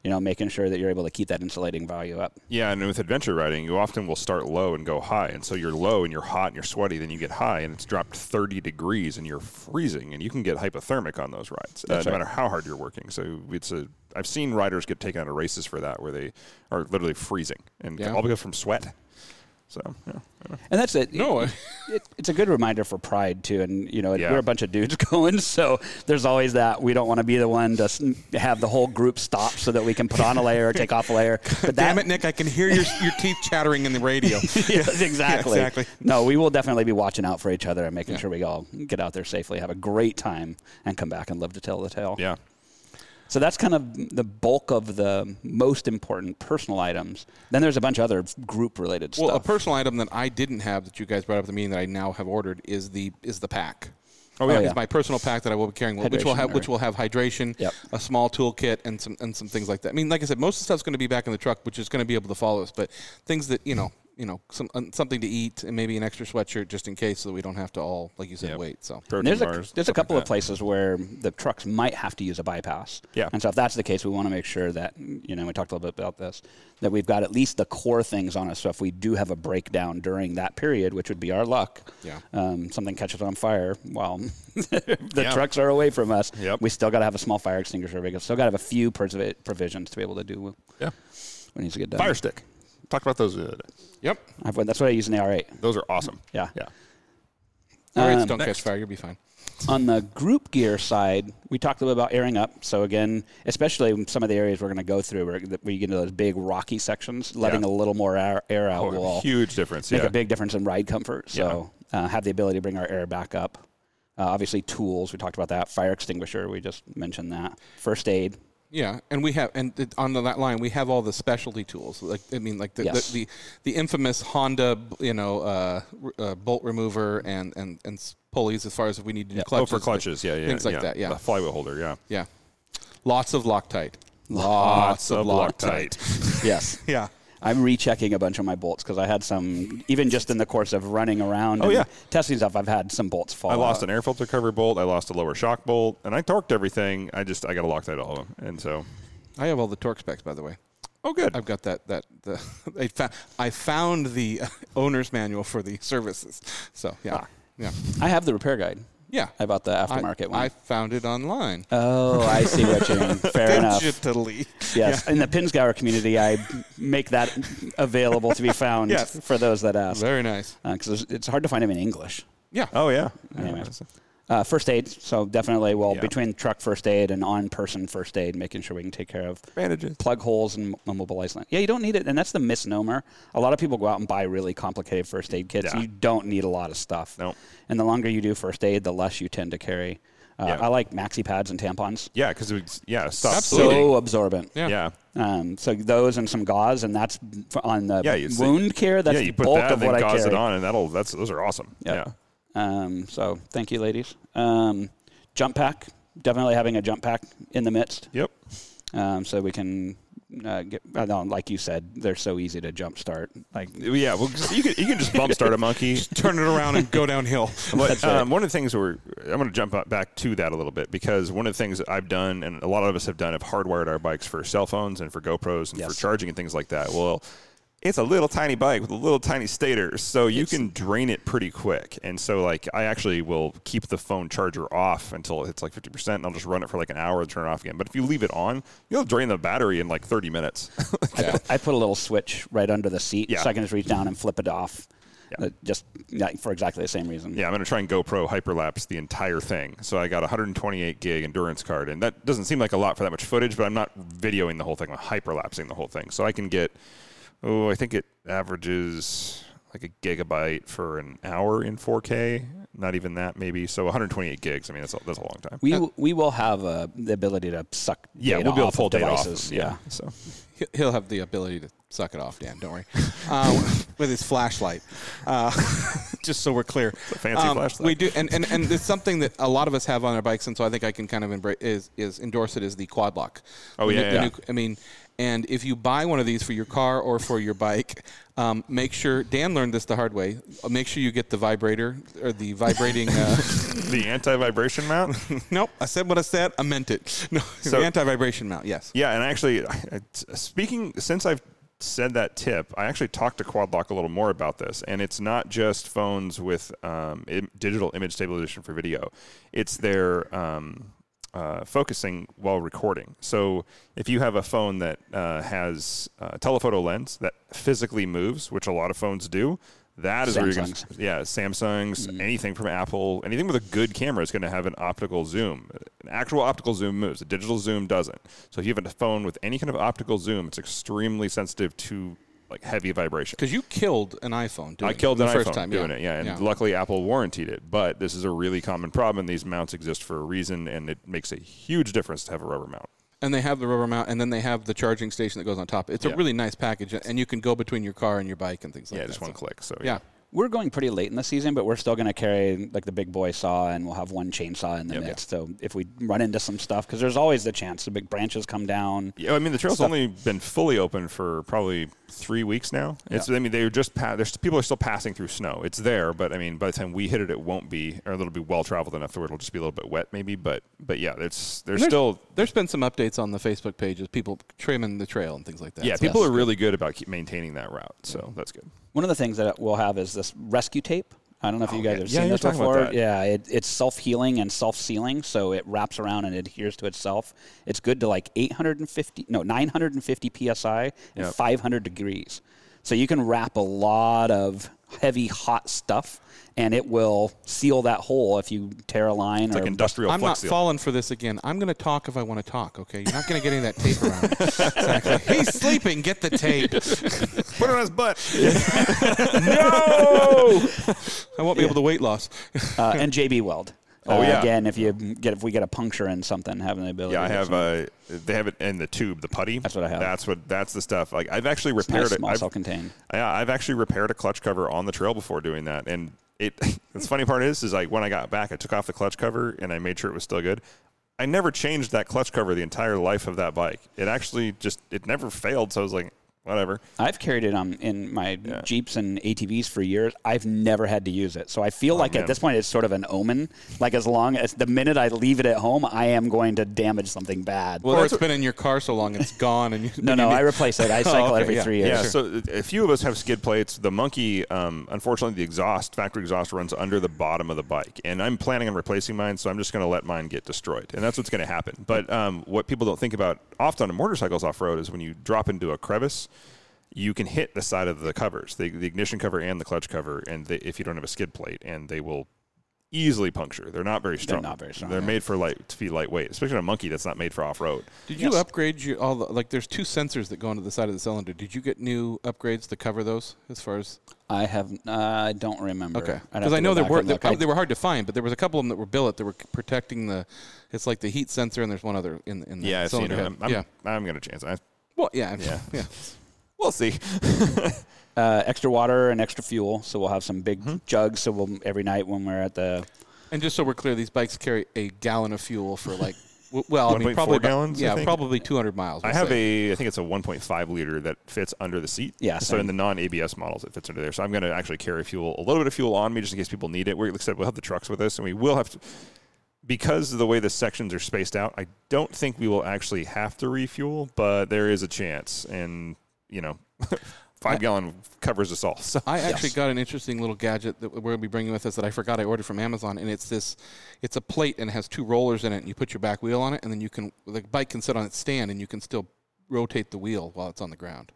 S3: You know, making sure that you're able to keep that insulating value up.
S1: Yeah, and with adventure riding, you often will start low and go high. And so you're low and you're hot and you're sweaty, then you get high and it's dropped 30 degrees and you're freezing and you can get hypothermic on those rides, uh, no matter how hard you're working. So it's a I've seen riders get taken out of races for that where they are literally freezing and
S2: Yeah.
S1: all because from sweat. So, yeah.
S3: And that's it.
S2: No,
S3: It- it, it's a good reminder for pride too. And you know,
S1: Yeah.
S3: we're a bunch of dudes *laughs* going, so there's always that. We don't want to be the one to s- have the whole group stop so that we can put on a layer or take off a
S2: *laughs*
S3: layer. But
S2: Damn
S3: that,
S2: it, Nick! I can hear your your teeth chattering in the radio.
S3: *laughs* yes, exactly.
S2: Yeah, exactly.
S3: No, we will definitely be watching out for each other and making
S2: Yeah.
S3: sure we all get out there safely, have a great time, and come back and live to tell the tale.
S1: yeah.
S3: So that's kind of the bulk of the most important personal items. Then there's a bunch of other group related
S2: Well, a
S3: stuff.
S2: personal item that I didn't have that you guys brought up at the meeting that I now have ordered is the is the pack. Uh,
S1: Oh, yeah.
S2: It's my personal pack that I will be carrying, which will
S3: Hydration,
S2: have which
S3: or-
S2: will have hydration,
S3: Yep.
S2: a small toolkit, and some and some things like that. I mean, like I said, most of the stuff's going to be back in the truck, which is going to be able to follow us. But things that you know, you know, some um, something to eat and maybe an extra sweatshirt just in case, so that we don't have to all, like you said,
S1: Yep.
S2: wait. So
S1: Protein
S3: And there's
S1: bars,
S3: a, there's a
S1: stuff like
S3: couple of
S1: that.
S3: places where the trucks might have to use a bypass.
S1: Yeah.
S3: And so if that's the case, we want to make sure that, you know, we talked a little bit about this, that we've got at least the core things on us. So if we do have a breakdown during that period, which would be our luck,
S2: Yeah.
S3: um, something catches on fire while *laughs* the
S1: Yeah.
S3: trucks are away from us,
S1: Yep.
S3: we still got to have a small fire extinguisher. We still got to have a few provi- provisions to be able to do what
S1: Yeah.
S3: needs to get done.
S1: Fire stick. Talked about those the other day.
S2: yep,
S3: I've, that's what I use in the R8.
S1: Those are awesome.
S3: Yeah.
S1: Yeah.
S2: all right,
S3: Um,
S2: don't
S1: next.
S2: catch fire, you'll be fine.
S3: on the group gear side, we talked a little about airing up. So again, especially in some of the areas we're going to go through, where where you get into those big rocky sections, letting
S1: Yeah. Oh,
S3: a little more air, air out will
S1: Huge difference.
S3: make
S1: yeah.
S3: a big difference in ride comfort. So uh, have the ability to bring our air back up. Uh, obviously, tools we talked about that. Fire extinguisher we just mentioned that. First aid.
S2: Yeah, and we have, and it- on the, that line, we have all the specialty tools. Like, I mean, like the
S3: Yes.
S2: the, the, the infamous Honda, you know, uh, r- uh, bolt remover and and and s- pulleys as far as if we need to do
S1: oh,
S2: clutches,
S1: for clutches. Yeah. Yeah.
S2: things like that. Yeah,
S1: The flywheel holder. Yeah.
S2: yeah, lots of Loctite,
S1: Lots of Loctite. *laughs*
S3: Yes.
S2: yeah.
S3: I'm rechecking a bunch of my bolts because I had some, even just in the course of running around
S1: Oh,
S3: and
S1: yeah.
S3: testing stuff, I've had some bolts fall.
S1: I lost
S3: out.
S1: an air filter cover bolt. I lost a lower shock bolt, and I torqued everything. I just I got to lock that all of them, and so
S2: I have all the torque specs, by the way.
S1: oh good.
S2: I've got that that the *laughs* I found I found the *laughs* owner's manual for the services. So yeah, yeah,
S3: I have the repair guide.
S2: yeah.
S3: I bought the
S2: I-
S3: aftermarket one.
S2: I found it online.
S3: Oh, I see what you mean. Fair enough.
S2: Digitally.
S3: Yes. In the Pinsgauer community, I make that available to be found
S2: Yes.
S3: for those that ask.
S2: Very nice.
S3: Because it's hard to find them in English.
S2: Yeah.
S1: Oh yeah.
S3: Anyway. Uh, first aid. So definitely, well,
S1: Yeah.
S3: between truck first aid and on person first aid, making sure we can take care of
S1: Bandages.
S3: plug holes and immobilized lint. Yeah, you don't need it. And that's the misnomer. A lot of people go out and buy really complicated first aid kits.
S1: Yeah.
S3: You don't need a lot of stuff.
S1: Nope.
S3: And the longer you do first aid, the less you tend to carry. Uh,
S1: Yeah.
S3: I like maxi pads and tampons.
S1: Yeah, because was yeah stop
S2: Absolutely.
S1: bleeding.
S3: So absorbent.
S2: Yeah.
S1: Yeah.
S3: Um, so those and some gauze, and that's f- on the
S1: Yeah, you see-
S3: wound care. That's
S1: yeah, you
S3: the
S1: put
S3: bulk
S1: that
S3: of
S1: and
S3: what
S1: then
S3: I
S1: gauze it
S3: carry.
S1: on, and that'll that's those are awesome.
S3: Yep.
S1: Yeah.
S3: Um, so thank you, ladies. Um, jump pack, definitely having a jump pack in the midst,
S1: Yep.
S3: um, so we can uh, get. I know, like you said, they're so easy to jump start. Like
S1: Yeah. Well, 'cause you can you can just bump start a
S3: *laughs*
S1: monkey.
S2: *laughs* turn it around and go downhill.
S1: *laughs* But um, one of the things we're, I'm going to jump up- back to that a little bit because one of the things that I've done and a lot of us have done have hardwired our bikes for cell phones and for GoPros and for
S3: Yes.
S1: charging and things like that. Well, it's a little tiny bike with a little tiny stator, so you can drain it pretty quick. And so, like, I actually will keep the phone charger off until it's like 50%, and I'll just run it for like an hour and turn it off again. But if you leave it on, you'll drain the battery in like 30 minutes. *laughs*
S3: I, put, I put a little switch right under the seat,
S1: Yeah.
S3: so I can just reach down and flip it off.
S1: Yeah.
S3: Uh, just like, for exactly the same reason.
S1: Yeah, I'm going to try and GoPro hyperlapse the entire thing. So I got a 128 gig endurance card, and that doesn't seem like a lot for that much footage, but I'm not videoing the whole thing. I'm hyperlapsing the whole thing. So I can get, oh, I think it averages like a gigabyte for an hour in 4K. Not even that, maybe. So 128 gigs. I mean, that's a, that's a long time.
S3: We, w- we will have uh, the ability to suck
S1: yeah,
S3: data
S1: we'll be able
S3: off
S1: to pull
S3: of
S1: data
S3: devices.
S1: off. Yeah.
S3: *laughs*
S1: So
S2: He- He'll have the ability to suck it off, Dan. Don't *laughs* worry. Uh, with his flashlight, uh, *laughs* just so we're clear. It's a
S1: fancy flashlight.
S2: We do, and, and and it's something that a lot of us have on our bikes, and so I think I can kind of embrace is is endorse it as the quad lock.
S1: Oh,
S2: The
S1: yeah,
S2: new- the
S1: yeah.
S2: new- I mean, And if you buy one of these for your car or for your bike, um, make sure Dan learned this the hard way. uh, Make sure you get the vibrator or the vibrating. *laughs* Uh,
S1: the anti-vibration mount.
S2: nope, I said what I said. I meant it. *laughs* No,
S1: So-
S2: the anti-vibration mount. Yes.
S1: Yeah, and actually, *laughs* I- I- speaking since I've said that tip, I actually talked to QuadLock a little more about this, and it's not just phones with um, Im- digital image stabilization for video; it's their um, uh, focusing while recording. So if you have a phone that uh, has a telephoto lens that physically moves, which a lot of phones do. That is where you're going
S3: Samsungs.
S1: yeah, Samsung's,
S2: Mm.
S1: anything from Apple, anything with a good camera is going to have an optical zoom. An actual optical zoom moves. A digital zoom doesn't. So if you have a phone with any kind of optical zoom, it's extremely sensitive to like heavy vibration.
S2: Because you killed an iPhone. Doing
S1: I killed
S2: it
S1: an
S2: the first
S1: iPhone
S2: time,
S1: doing
S2: yeah.
S1: it, yeah, and
S2: yeah.
S1: luckily Apple warranted it. But this is a really common problem, and these mounts exist for a reason, and it makes a huge difference to have a rubber mount.
S2: And they have the rubber mount, and then they have the charging station that goes on top. It's
S1: Yeah.
S2: a really nice package, and you can go between your car and your bike and things like
S1: Yeah,
S2: that.
S1: just one
S2: so-
S1: click. So
S2: Yeah.
S3: We're going pretty late in the season, but we're still going to carry like the big boy saw, and we'll have one chainsaw in the midst. So if we run into some stuff, because there's always the chance the big branches come down.
S1: Yeah, I mean the trail's only been fully open for probably three weeks now. It's I mean they're just pa- there's people are still passing through snow. It's there, but I mean by the time we hit it, it won't be or it'll be well traveled enough to where it'll just be a little bit wet maybe. But but yeah, it's there's
S2: There's-
S1: still
S2: There's been some updates on the Facebook pages, people trimming the trail and things like that.
S1: yeah
S2: So
S1: people are
S2: that's good.
S1: really good about keep maintaining that route, so that's good.
S3: One of the things that we'll have is this rescue tape. I don't know if you
S1: Oh,
S3: guys
S1: yeah.
S3: have
S1: Yeah,
S3: seen
S1: you were
S3: this
S1: talking about
S3: before.
S1: that.
S3: Yeah, it, it's self healing and self sealing, so it wraps around and adheres to itself. It's good to like 850, no, 950 psi and
S1: Yep.
S3: 500 degrees. So you can wrap a lot of heavy, hot stuff, and it will seal that hole if you tear a line or
S1: Like industrial
S2: I'm not
S1: flex seal.
S2: falling for this again. I'm going to talk if I want to talk, okay? You're not going to get any of that tape around.
S1: *laughs*
S2: Exactly. He's sleeping. Get the tape.
S1: Put it on his
S2: *laughs*
S1: butt. *laughs*
S2: no! I won't be able to weight loss.
S3: uh, and JB Weld.
S1: *laughs* Oh,
S3: Uh,
S1: yeah.
S3: Again, if you get if we get a puncture in something, having the ability.
S1: Yeah, I
S3: to
S1: have.
S3: some-
S1: Uh, they have it in the tube, the putty.
S3: That's what I have.
S1: That's what. That's the stuff. Like I've actually
S3: it's nice
S1: repaired it.
S3: small
S1: I've-
S3: cell contain.
S1: Yeah, I've actually repaired a clutch cover on the trail before doing that, and it. *laughs* the funny part is, is like when I got back, I took off the clutch cover and I made sure it was still good. I never changed that clutch cover the entire life of that bike. It actually just it never failed. So I was like, whatever.
S3: I've carried it on in my Jeeps and ATVs for years. I've never had to use it. So I
S2: Oh,
S3: feel like
S1: man.
S3: at this point it's sort of an omen. Like as long as the minute I leave it at home, I am going to damage something bad.
S2: Well, or it's been in your car so long it's gone. and you, Oh,
S3: no, no, I replace
S2: *laughs*
S3: it. I cycle
S2: okay,
S3: every
S2: yeah.
S3: three
S1: Yeah,
S3: years.
S1: so uh, a a few of us have skid plates. The monkey, um, unfortunately, the exhaust, factory exhaust runs under the bottom of the bike, and I'm planning on replacing mine, so I'm just going to let mine get destroyed, and that's what's going to happen. But um, what people don't think about often on motorcycles off road is when you drop into a crevice, you can hit the side of the covers, the, the ignition cover and the clutch cover, and they, if you don't have a skid plate, and they will easily puncture. They're not very strong.
S3: not very strong,
S1: They're
S3: yeah.
S1: made for light to be lightweight, especially on a monkey that's not made for off road.
S2: Did you upgrade your all the like? There's two sensors that go into the side of the cylinder. Did you get new upgrades to cover those? As far as
S3: I have. Uh, I don't remember.
S2: okay,
S3: I'd have
S2: because
S3: to
S2: I
S3: go
S2: know there
S3: back
S2: were
S3: and
S2: they,
S3: look. I-
S2: they were hard to find, but there was a couple of them that were billet that were c- protecting the. It's like the heat sensor, and there's one other in the- in the cylinder head.
S1: I'm, I'm,
S2: yeah.
S1: I'm going to chance. I,
S2: Well, yeah,
S1: Yeah.
S2: *laughs* yeah.
S1: we'll see.
S3: uh, extra water and extra fuel, so we'll have some big
S2: Mm-hmm.
S3: jugs. So we'll every night when we're at the
S2: And just so we're clear, these bikes carry a gallon of fuel for like, w- well, I mean,
S1: 1.4
S2: probably about-
S1: gallons, I
S2: Yeah,
S1: think?
S2: probably 200 miles.
S1: I
S2: we'll
S1: have
S2: say.
S1: a, I think it's a 1.5 liter that fits under the seat.
S3: Yeah,
S1: So in
S3: same.
S1: the non ABS models, it fits under there. So I'm going to actually carry fuel, a little bit of fuel on me just in case people need it. We're, like I said, we'll have the trucks with us and we will have to, because of the way the sections are spaced out, I don't think we will actually have to refuel, but there is a chance. And, you know, *laughs* five gallon covers us all.
S2: *laughs*
S1: So
S2: I actually got an interesting little gadget that we're going to be bringing with us that I forgot I ordered from Amazon, and it's this, it's a plate and it has two rollers in it, and you put your back wheel on it, and then you can the bike can sit on its stand, and you can still rotate the wheel while it's on the ground.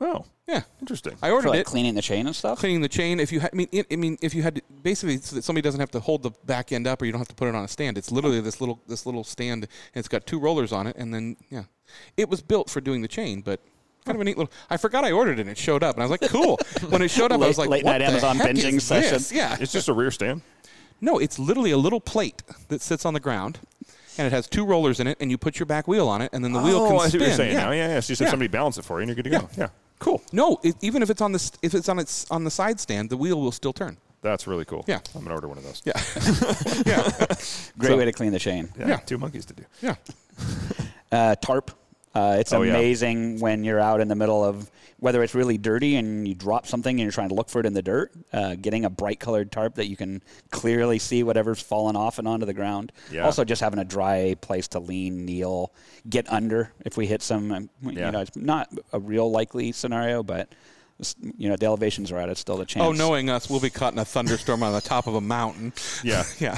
S1: oh,
S2: Yeah,
S1: interesting.
S2: I
S3: for
S2: ordered
S3: like
S2: it.
S3: cleaning the chain and stuff.
S2: Cleaning the chain. If you, ha- I mean, it, I mean, if you had to, basically, so that somebody doesn't have to hold the back end up, or you don't have to put it on a stand. It's literally this little, this little stand, and it's got two rollers on it, and then yeah, it was built for doing the chain, but kind of a neat little. I forgot I ordered it, and it showed up, and I was like, cool. when it showed up, I was
S3: Late-
S2: like,
S3: late
S2: what
S3: night
S2: the
S3: Amazon
S2: heck
S3: binging
S2: is this?
S3: session.
S2: Yeah,
S1: It's just a rear stand.
S2: no, it's literally a little plate that sits on the ground, and it has two rollers in it, and you put your back wheel on it, and then the wheel can
S1: Oh, I see
S2: spin.
S1: what you're saying
S2: yeah.
S1: now. Yeah, yeah. So you said
S2: Yeah.
S1: somebody balance it for you and you're good to go. Yeah.
S2: Cool. No, it, even if it's on the st- if it's on its on the side stand, the wheel will still turn.
S1: That's really cool.
S2: Yeah.
S1: I'm going to order one of those.
S2: Yeah. *laughs* yeah.
S3: Great way to clean the chain.
S1: Yeah.
S2: Yeah.
S1: Two monkeys to do.
S2: Yeah.
S3: Uh, tarp. Uh, it's
S1: Oh, yeah.
S3: amazing when you're out in the middle of whether it's really dirty and you drop something and you're trying to look for it in the dirt. Uh, getting a bright colored tarp that you can clearly see whatever's fallen off and onto the ground.
S1: Yeah.
S3: Also, just having a dry place to lean, kneel, get under if we hit some. um,
S1: Yeah.
S3: You know, it's not a real likely scenario, but s- you know, the elevations are out. It's still a chance.
S2: Oh, knowing us, we'll be caught in a thunderstorm on the top of a mountain.
S1: *laughs* Yeah.
S2: yeah.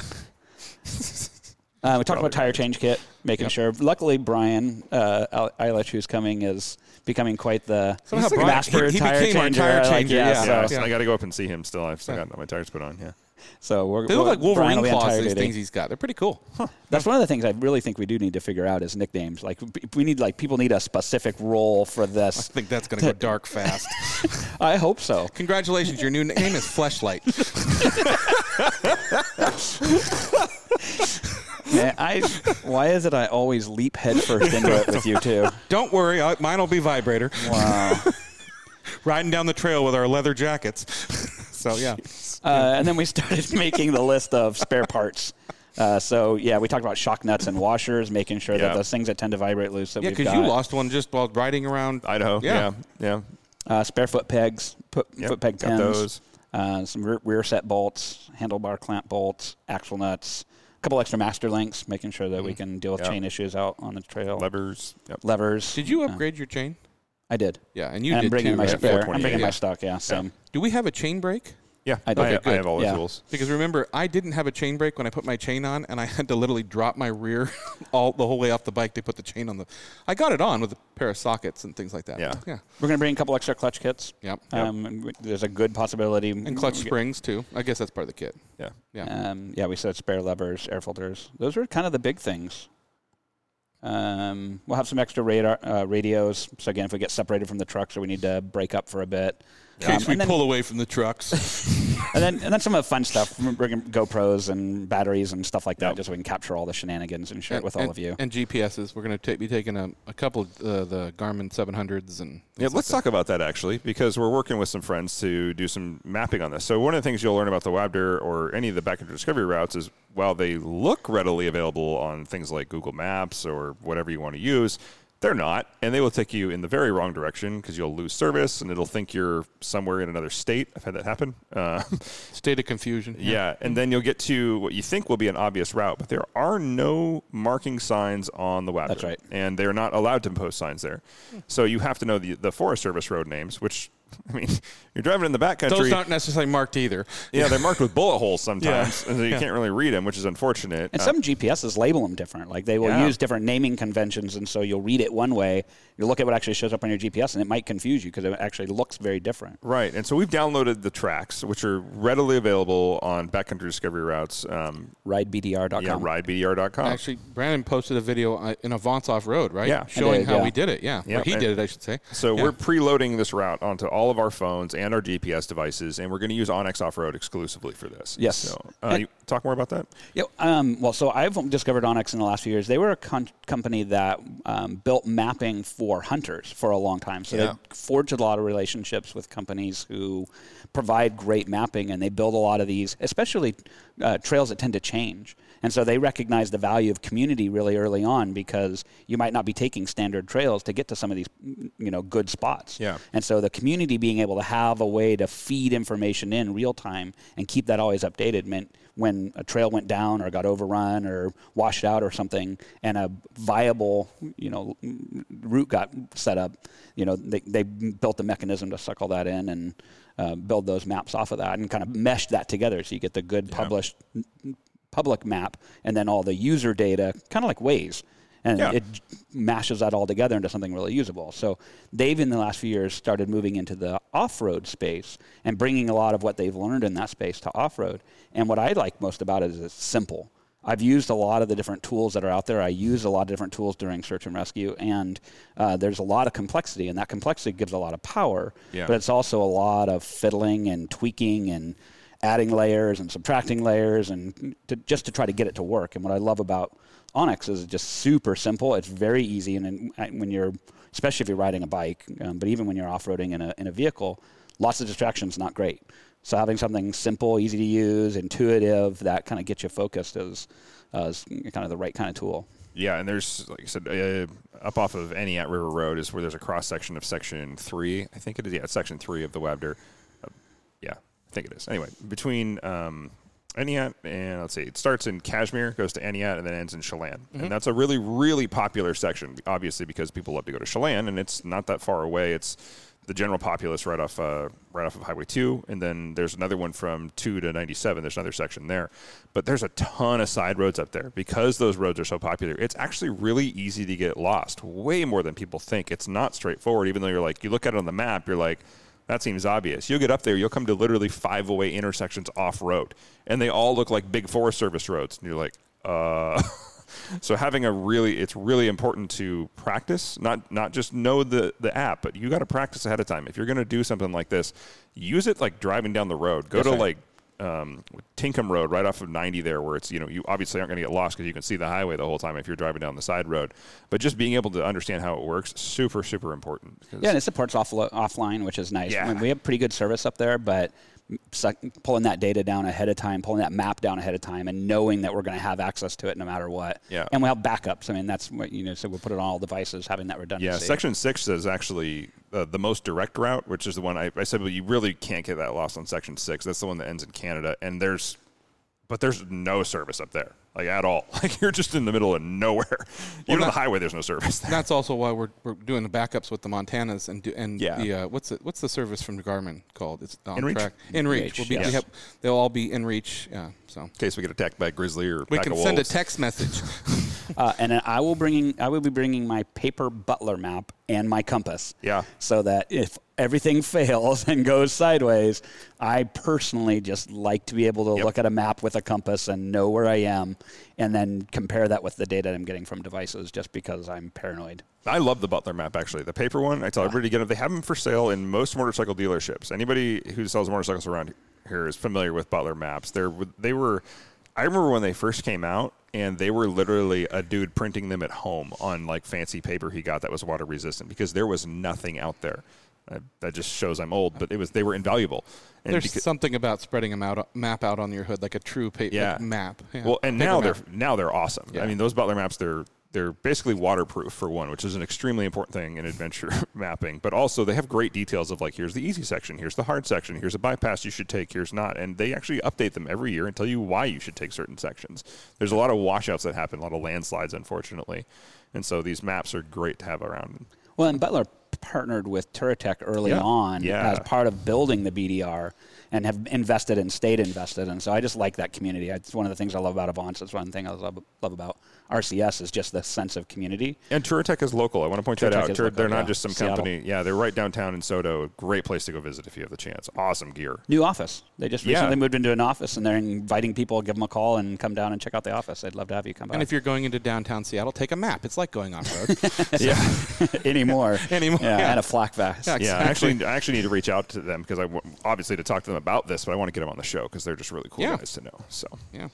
S3: Uh, we talked about tire change kit, making sure. Luckily, Brian uh, Al- Eilish, who's coming, is becoming quite the
S2: Somehow
S3: the
S2: Brian-
S3: master
S2: he- he
S3: tire
S2: became our
S3: changer.
S2: tire
S3: I like-
S2: changer,
S3: yeah,
S2: yeah.
S3: So,
S1: Yeah,
S2: Yeah.
S1: I got to go up and see him still. I've still got my tires put on. Yeah.
S3: so we're,
S2: They look
S3: we're-
S2: like Wolverine
S3: Brian will be on
S2: claws.
S3: tire
S2: These
S3: duty.
S2: things he's got. They're pretty cool.
S3: That's one of the things I really think we do need to figure out is nicknames. Like b- we need like people need a specific role for
S2: I
S3: this.
S2: think that's going to go dark fast.
S3: I hope so.
S2: Congratulations, your new nickname is Fleshlight.
S3: *laughs* Man, I *laughs* why is it I always leap headfirst into it with you two?
S2: Don't worry, I, mine'll be vibrator.
S3: Wow.
S2: Riding down the trail with our leather jackets. *laughs* so yeah,
S3: Uh, and then we started *laughs* making the list of spare parts. Uh, so yeah, we talked about shock nuts and washers, making sure
S1: Yeah.
S3: that those things that tend to vibrate loose that
S2: yeah,
S3: we've
S2: because
S3: got.
S2: you lost one just while riding around.
S1: Idaho.
S2: Yeah.
S1: Yeah. Yeah.
S3: uh, spare foot pegs, put,
S1: Yep,
S3: foot peg
S1: got
S3: pins,
S1: those.
S3: Uh, some rear, rear set bolts, handlebar clamp bolts, axle nuts, a couple extra master links, making sure
S2: Mm-hmm.
S3: that we can deal with
S1: Yeah.
S3: chain issues out on the trail.
S1: Levers. Yep.
S3: Levers.
S2: Did you upgrade your chain?
S3: I did.
S2: Yeah, and you
S3: and Uh. I'm
S2: did
S3: bringing
S2: too.
S3: my
S2: right?
S1: spare-
S3: fair- I'm
S1: 428,
S3: bringing
S2: yeah.
S3: my stock. Yeah, same.
S2: Do we have a chain break?
S1: Yeah.
S3: I
S1: I,
S3: don't-
S1: I,
S3: Okay,
S1: have all those
S3: good. Yeah.
S1: rules.
S2: Because remember, I didn't have a chain brake when I put my chain on, and I had to literally drop my rear *laughs* all the whole way off the bike to put the chain on the. I got it on with a pair of sockets and things like that.
S1: Yeah.
S2: yeah,
S3: We're gonna bring a couple extra clutch kits.
S2: Yep. Yep.
S3: Um, and w- there's a good possibility.
S2: and clutch springs too. I guess that's part of the kit.
S1: Yeah.
S2: Yeah,
S3: Um, yeah, we said spare levers, air filters. Those are kind of the big things. Um, we'll have some extra radar uh, radios. So again, if we get separated from the truck, so we need to break up for a bit.
S2: in case
S3: Um,
S2: we
S3: and then-
S2: pull away from the *laughs* trucks.
S3: and then and then some of the fun stuff, bringing GoPros and batteries and stuff like that,
S1: Yep.
S3: just so we can capture all the shenanigans and share it with all
S2: and,
S3: of you.
S2: And GPSs. We're going to be taking a, a couple of uh, the Garmin 700s and.
S1: Yeah,
S2: things like
S1: let's
S2: that.
S1: talk about that actually, because we're working with some friends to do some mapping on this. So one of the things you'll learn about the Wabder or any of the backcountry discovery routes is while they look readily available on things like Google Maps or whatever you want to use, they're not, and they will take you in the very wrong direction because you'll lose service and it'll think you're somewhere in another state. I've had that happen. Uh,
S2: State of confusion.
S1: Yeah, and then you'll get to what you think will be an obvious route, but there are no marking signs on the web.
S3: That's right.
S1: And they're not allowed to post signs there. So you have to know the, the Forest Service road names, which, *laughs* I mean, you're driving in the backcountry.
S2: Those aren't necessarily marked either.
S1: yeah, they're marked with bullet holes sometimes, and so you can't really read them, which is unfortunate.
S3: And
S1: Uh,
S3: some GPSs label them different. Like they will
S1: Yeah.
S3: use different naming conventions, and so you'll read it one way. You look at what actually shows up on your GPS, and it might confuse you because it actually looks very different.
S1: Right, and so we've downloaded the tracks, which are readily available on backcountry discovery routes. Um,
S3: RideBDR.com.
S1: yeah, ridebdr.com.
S2: Actually, Brandon posted a video uh, in Avance off road, right?
S1: Oh. Yeah. I
S2: showing
S3: did,
S2: how
S3: yeah.
S2: we did it. Yeah,
S1: Yeah,
S2: Or he
S1: and-
S2: did it, I should say.
S1: So
S2: Yeah.
S1: we're preloading this route onto all of our phones and our GPS devices, and we're going to use Onyx Off Road exclusively for this.
S3: Yes.
S1: So, uh, you talk more about that.
S3: Yeah, um, well, so I've discovered Onyx in the last few years. They were a con- company that um, built mapping for hunters for a long time. So
S1: Yeah.
S3: they forged a lot of relationships with companies who provide great mapping, and they build a lot of these, especially uh, trails that tend to change. And so they recognize the value of community really early on because you might not be taking standard trails to get to some of these, you know, good spots.
S1: Yeah.
S3: And so the community being able to have a way to feed information in real time and keep that always updated meant when a trail went down or got overrun or washed out or something and a viable, you know, route got set up, you know, they, they built the mechanism to suck all that in and uh, build those maps off of that and kind of mesh that together so you get the good published public map and then all the user data, kind of like Waze. And
S1: Yeah.
S3: it mashes that all together into something really usable. So they've, in the last few years, started moving into the off-road space and bringing a lot of what they've learned in that space to off-road. And what I like most about it is it's simple. I've used a lot of the different tools that are out there. I use a lot of different tools during search and rescue, and uh, there's a lot of complexity, and that complexity gives a lot of power.
S1: Yeah.
S3: But it's also a lot of fiddling and tweaking and adding layers and subtracting layers and to, just to try to get it to work. And what I love about Onyx is it's just super simple. It's very easy, and, then, uh, when you're, especially if you're riding a bike, um, but even when you're off-roading in a in a vehicle, lots of distractions not great. So having something simple, easy to use, intuitive that kind of gets you focused is uh, is kind of the right kind of tool.
S1: Yeah, and there's like I said, uh, up off of any at River Road is where there's a cross section of section three. I think it is. Yeah, it's section three of the Webder. Uh, yeah, I think it is. Anyway, between um, Aniat and let's see, it starts in Kashmir, goes to Aniat, and then ends in Chelan, and that's a really really popular section, obviously because people love to go to Chelan, and it's not that far away. It's the general populace right off uh, right off of Highway 2, and then there's another one from 2 to 97. There's another section there, but there's a ton of side roads up there because those roads are so popular. It's actually really easy to get lost, way more than people think. It's not straightforward, even though you're like you look at it on the map, you're like. That seems obvious. You'll get up there, you'll come to literally five away intersections off road, and they all look like big Forest Service roads. And you're like, uh, *laughs* so having a really it's really important to practice not not just know the the app but you got to practice ahead of time if you're going to do something like this use it like driving down the road go to like um, Tinkham Road, right off of 90 there, where it's you know you obviously aren't going to get lost because you can see the highway the whole time if you're driving down the side road. But just being able to understand how it works, super super important. 'Cause-
S3: Yeah, and it supports off- offline, which is nice. I mean,
S1: Yeah.
S3: we have pretty good service up there, but suck, pulling that data down ahead of time, pulling that map down ahead of time, and knowing that we're going to have access to it no matter what.
S1: Yeah.
S3: And we have backups. I mean, that's what, you know, so we'll put it on all devices, having that redundancy.
S1: Yeah, section six is actually uh, the most direct route, which is the one I, I said. Well, you really can't get that lost on section six. That's the one that ends in Canada, and there's, but there's no service up there, like at all. *laughs* Like you're just in the middle of nowhere. *laughs* Even on the highway, there's no service. There.
S2: That's also why we're, we're doing the backups with the Montanas and do, and
S1: Yeah.
S2: the uh, what's it, what's the service from Garmin called? It's on
S1: Enreach?
S2: track. Enreach. We'll be, we
S1: yes.
S2: have, they'll all be Enreach. Yeah. So
S1: In case we get attacked by a grizzly or
S2: we
S1: pack
S2: can
S1: of
S2: send a
S1: wolves. *laughs*
S2: text message. *laughs*
S3: *laughs* Uh, and then I will bringing I will be bringing my paper butler map and my compass.
S1: Yeah.
S3: So that if everything *laughs* fails and goes sideways, I personally just like to be able to
S1: Yep.
S3: look at a map with a compass and know where I am, and then compare that with the data I'm getting from devices, just because I'm paranoid.
S1: I love the Butler map actually. The paper one, I tell everybody to get it. They have them for sale in most motorcycle dealerships. Anybody who sells motorcycles around here is familiar with Butler maps. They're they were I remember when they first came out and they were literally a dude printing them at home on like fancy paper he got that was water resistant because there was nothing out there. Uh, that just shows I'm old, but it was they were invaluable. And
S2: There's
S1: beca-
S2: something about spreading them out map out on your hood like a true pa- like
S1: yeah.
S2: map. Yeah.
S1: Well, and
S2: Paper
S1: now
S2: map.
S1: they're now they're awesome.
S2: Yeah.
S1: I mean, those Butler maps they're they're basically waterproof for one, which is an extremely important thing in adventure *laughs* mapping. But also they have great details of like here's the easy section, here's the hard section, here's a bypass you should take, here's not, and they actually update them every year and tell you why you should take certain sections. There's a lot of washouts that happen, a lot of landslides, unfortunately, and so these maps are great to have around.
S3: Well, and Butler partnered with Turatech early
S1: Yeah.
S3: on
S1: Yeah.
S3: as part of building the BDR and have invested and stayed invested. And so I just like that community. It's one of the things I love about Avance. It's one thing I love, love about RCS is just the sense of community.
S1: And Turatech is local. I want to point that
S3: Turatech
S1: out.
S3: is
S1: Tur-
S3: local,
S1: they're not
S3: yeah.
S1: just some
S3: Seattle.
S1: company. Yeah, they're right downtown in Soto. Great place to go visit if you have the chance. Awesome gear.
S2: *laughs*
S3: New office. They just
S1: Yeah.
S3: recently moved into an office and they're inviting people, give them a call and come down and check out the office. I'd love to have you come by
S2: and if you're going into downtown Seattle, take a map. It's like going off
S1: *laughs*
S2: road.
S1: Yeah.
S3: *laughs* anymore.
S2: *laughs* Anymore,
S3: Yeah,
S2: yeah.
S3: And a flak vest.
S2: Yeah,
S1: Yeah, I actually, I actually need to reach out to them because I w- obviously to talk to them about this, but I want to get them on the show because they're just really cool
S2: Yeah.
S1: guys to know. So,
S2: yeah.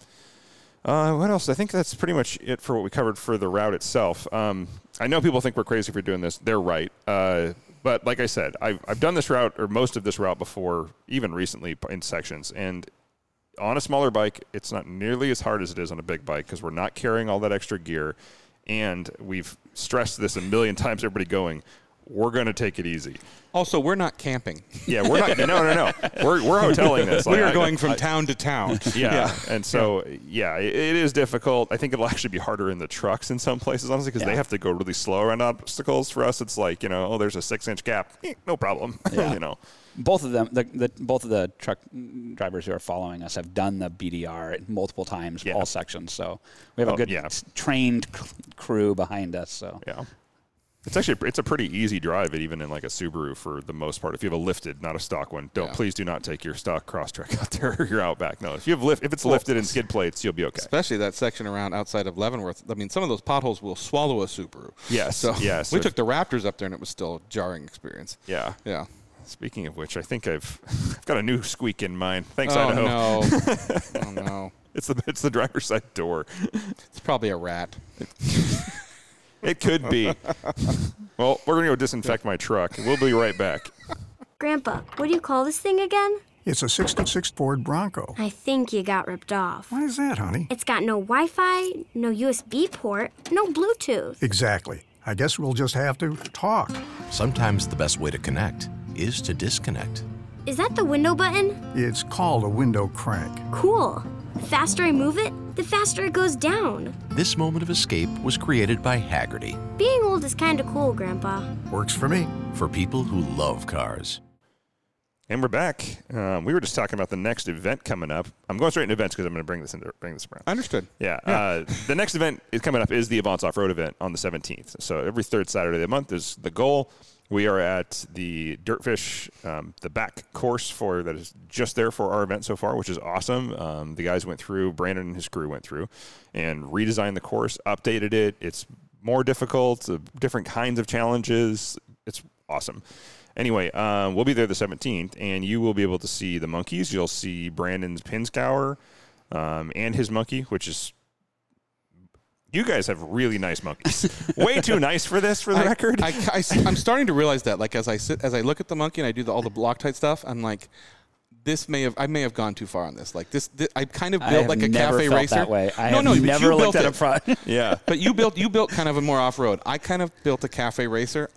S1: uh, what else? I think that's pretty much it for what we covered for the route itself. Um, I know people think we're crazy for doing this; they're right. Uh, but like I said, I've, I've done this route or most of this route before, even recently in sections, and on a smaller bike, it's not nearly as hard as it is on a big bike because we're not carrying all that extra gear. And we've stressed this a million *laughs* times, everybody going, we're going to take it easy.
S2: Also, we're not camping.
S1: Yeah, we're not. No, no, no. We're we're hoteling this.
S2: *laughs* we
S1: Like,
S2: are
S1: I-
S2: going from town to town.
S1: Yeah. and so yeah, i it is difficult. I think it'll actually be harder in the trucks in some places, honestly, because they
S3: Yeah.
S1: have to go really slow around obstacles. For us, it's like you know, oh, there's a six inch gap, Eh, no problem. *laughs* you know,
S3: both of them the, the both of the truck drivers who are following us have done the BDR at multiple times
S1: Yeah.
S3: all sections so we have
S1: Oh,
S3: a good
S1: yeah.
S3: s- trained c- crew behind us so
S1: yeah. It's actually it's a pretty easy drive, even in like a Subaru for the most part. If you have a lifted, not a stock one, don't
S2: Yeah.
S1: please do not take your stock crosstrek *laughs* out there or your Outback. No, if you have lift, if it's lifted and skid plates, you'll be okay.
S2: Especially that section around outside of Leavenworth. I mean, some of those potholes will swallow a Subaru.
S1: Yes,
S2: So
S1: yes.
S2: We took the Raptors up there, and it was still a jarring experience.
S1: Yeah.
S2: Yeah.
S1: Speaking of which, I think I've *laughs* I've got a new squeak in mind. Thanks,
S2: oh
S1: Idaho. *laughs*
S2: no. oh no.
S1: It's the it's the driver's side door.
S2: It's probably a rat.
S1: It could be. well, we're gonna go disinfect my truck. We'll be right back.
S5: Grandpa, what do you call this thing again? It's a 66 Ford Bronco.
S6: I think you got ripped off.
S5: Why is that, honey?
S6: It's got no Wi Fi, no USB port, no Bluetooth.
S5: Exactly. I guess we'll just have to talk.
S4: Sometimes the best way to connect is to disconnect.
S6: Is that the window button?
S5: It's called a window crank.
S6: Cool. The faster I move it, the faster it goes down.
S4: This moment of escape was created by Haggerty
S6: Being old is kind of cool, Grandpa.
S5: Works for me.
S4: for people who love cars.
S1: And we're back. Um, we were just talking about the next event coming up. I'm going straight into events because I'm going to bring this into, bring this around.
S2: Understood.
S1: Yeah. Uh, the next event is coming up is the Avance Off Road event on the 17th. So every third Saturday of the month is the goal. We are at the Dirtfish, um, the back course for that is just there for our event so far, which is awesome. Um, the guys went through, Brandon and his crew went through, and redesigned the course, updated it. It's more difficult, uh, different kinds of challenges. It's awesome. Anyway, um, we'll be there the 17th, and you will be able to see the monkeys. You'll see Brandon's Pinscower um, and his monkey, which is. You guys have really nice monkeys.
S2: *laughs*
S1: Way too nice for this, for the
S2: I-
S1: record.
S2: I, am starting to realize that. Like as I sit, as I look at the monkey and I do the, all the Loctite stuff, I'm like, this may have I may have gone too far on this. Like this, thi- I kind of
S3: I
S2: built
S3: have
S2: like a
S3: never
S2: cafe
S3: felt
S2: racer.
S3: that way. I
S2: no,
S3: have
S2: no, but
S3: never
S2: you
S3: looked
S2: built
S3: at
S2: it. *laughs*
S3: up front.
S1: yeah.
S2: But you built you built kind of a more off road. I kind of built a cafe racer,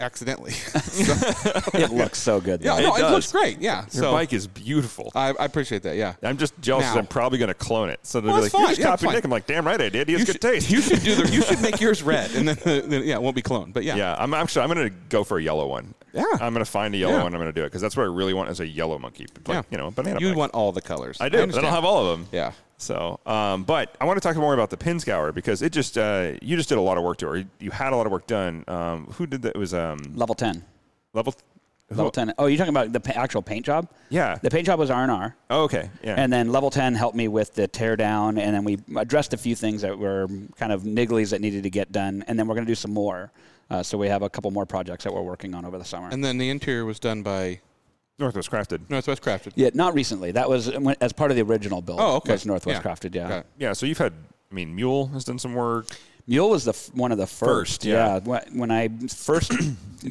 S2: accidentally. *laughs* So-
S3: it looks so good.
S2: yeah,
S3: though.
S2: no, it,
S1: does.
S2: looks great. Yeah,
S1: Your
S2: so
S1: bike is beautiful.
S2: I, I appreciate that. Yeah,
S1: I'm just jealous 'cause
S2: Now.
S1: I'm probably going to clone it. So they're
S2: Well,
S1: like,
S2: it's
S1: you
S2: fine.
S1: just
S2: Yeah,
S1: copied
S2: fine.
S1: Nick. I'm like, damn right I did. He has
S2: you
S1: good
S2: should,
S1: taste.
S2: You should do the. You should make yours red, and then, then yeah, it won't be cloned. But yeah,
S1: *laughs* Yeah, I'm actually I'm gonna go for a yellow one.
S2: Yeah.
S1: I'm gonna find a yellow
S2: Yeah.
S1: one. I'm gonna do it because that's what I really want is a yellow monkey. Like,
S2: yeah.
S1: you know, a banana.
S2: You
S1: bike.
S2: want all the colors.
S1: I do. and I
S2: understand.
S1: don't have all of them.
S2: Yeah.
S1: So, um, but I want to talk more about the Pinscour because it just uh, you just did a lot of work to her. You had a lot of work done. Um, who did that? It was um,
S3: Level 10.
S1: level. who-
S3: Level 10. Oh, you're talking about the pa- actual paint job?
S1: Yeah.
S3: The paint job was R&R.
S1: Oh, okay. Yeah.
S3: And then level 10 helped me with the teardown. And then we addressed a few things that were kind of nigglies that needed to get done. And then we're going to do some more. Uh, so we have a couple more projects that we're working on over the summer.
S2: And then the interior was done by
S1: Northwest Crafted.
S2: Northwest Crafted.
S3: yeah, not recently. That was when- as part of the original build.
S2: Oh, okay.
S3: Was Northwest
S2: Yeah.
S3: Crafted, yeah.
S2: Got it.
S1: Yeah. So you've had. I mean, Mule has done some work.
S3: Mule was the f- one of the first.
S1: First, yeah.
S3: Wh- When I
S2: *coughs*
S3: first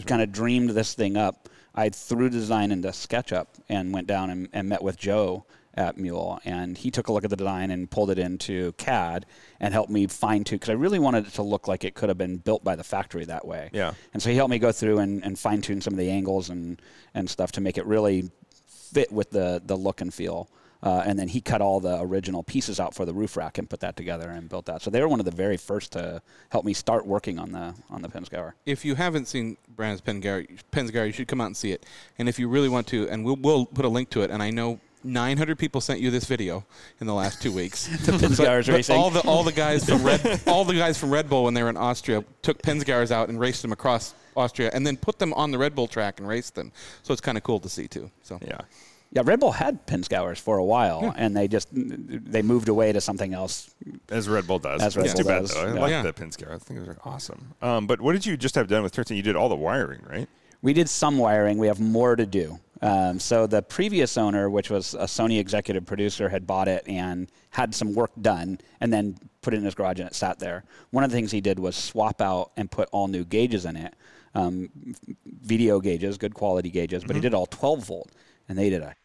S3: kind of dreamed this thing up, I threw design into SketchUp and went down and, and met with Joe at Mule, and he took a look at the design and pulled it into CAD and helped me fine tune because I really wanted it to look like it could have been built by the factory that way.
S1: Yeah.
S3: And so he helped me go through and, and fine tune some of the angles and, and stuff to make it really fit with the, the look and feel. Uh, and then he cut all the original pieces out for the roof rack and put that together and built that. So they were one of the very first to help me start working on the on the Penscower.
S2: If you haven't seen Brandon's Pensgar, Pensgar, you should come out and see it. And if you really want to, and we'll, we'll put a link to it. And I know 900 people sent you this video in the last two weeks. *laughs* the
S3: Pensgauers racing.
S2: All the all the guys from *laughs* Red all the guys from Red Bull when they were in Austria took Pensgars out and raced them across Austria, and then put them on the Red Bull track and raced them. So it's kind of cool to see too. So
S1: Yeah.
S3: Yeah, Red Bull had Penscowers for a while, and they just they moved away to something else.
S1: As Red Bull does.
S3: As Red
S1: That's
S3: Bull
S1: too bad
S3: does.
S1: though. I
S3: Yeah.
S1: like
S2: Yeah.
S1: the Pinscour. I think those are awesome. Um, but what did you just have done with 13? You did all the wiring, right?
S3: We did some wiring. We have more to do. Um, so the previous owner, which was a Sony executive producer, had bought it and had some work done, and then put it in his garage and it sat there. One of the things he did was swap out and put all new gauges in it, um, video gauges, good quality gauges. But he did all 12 volt, and they did a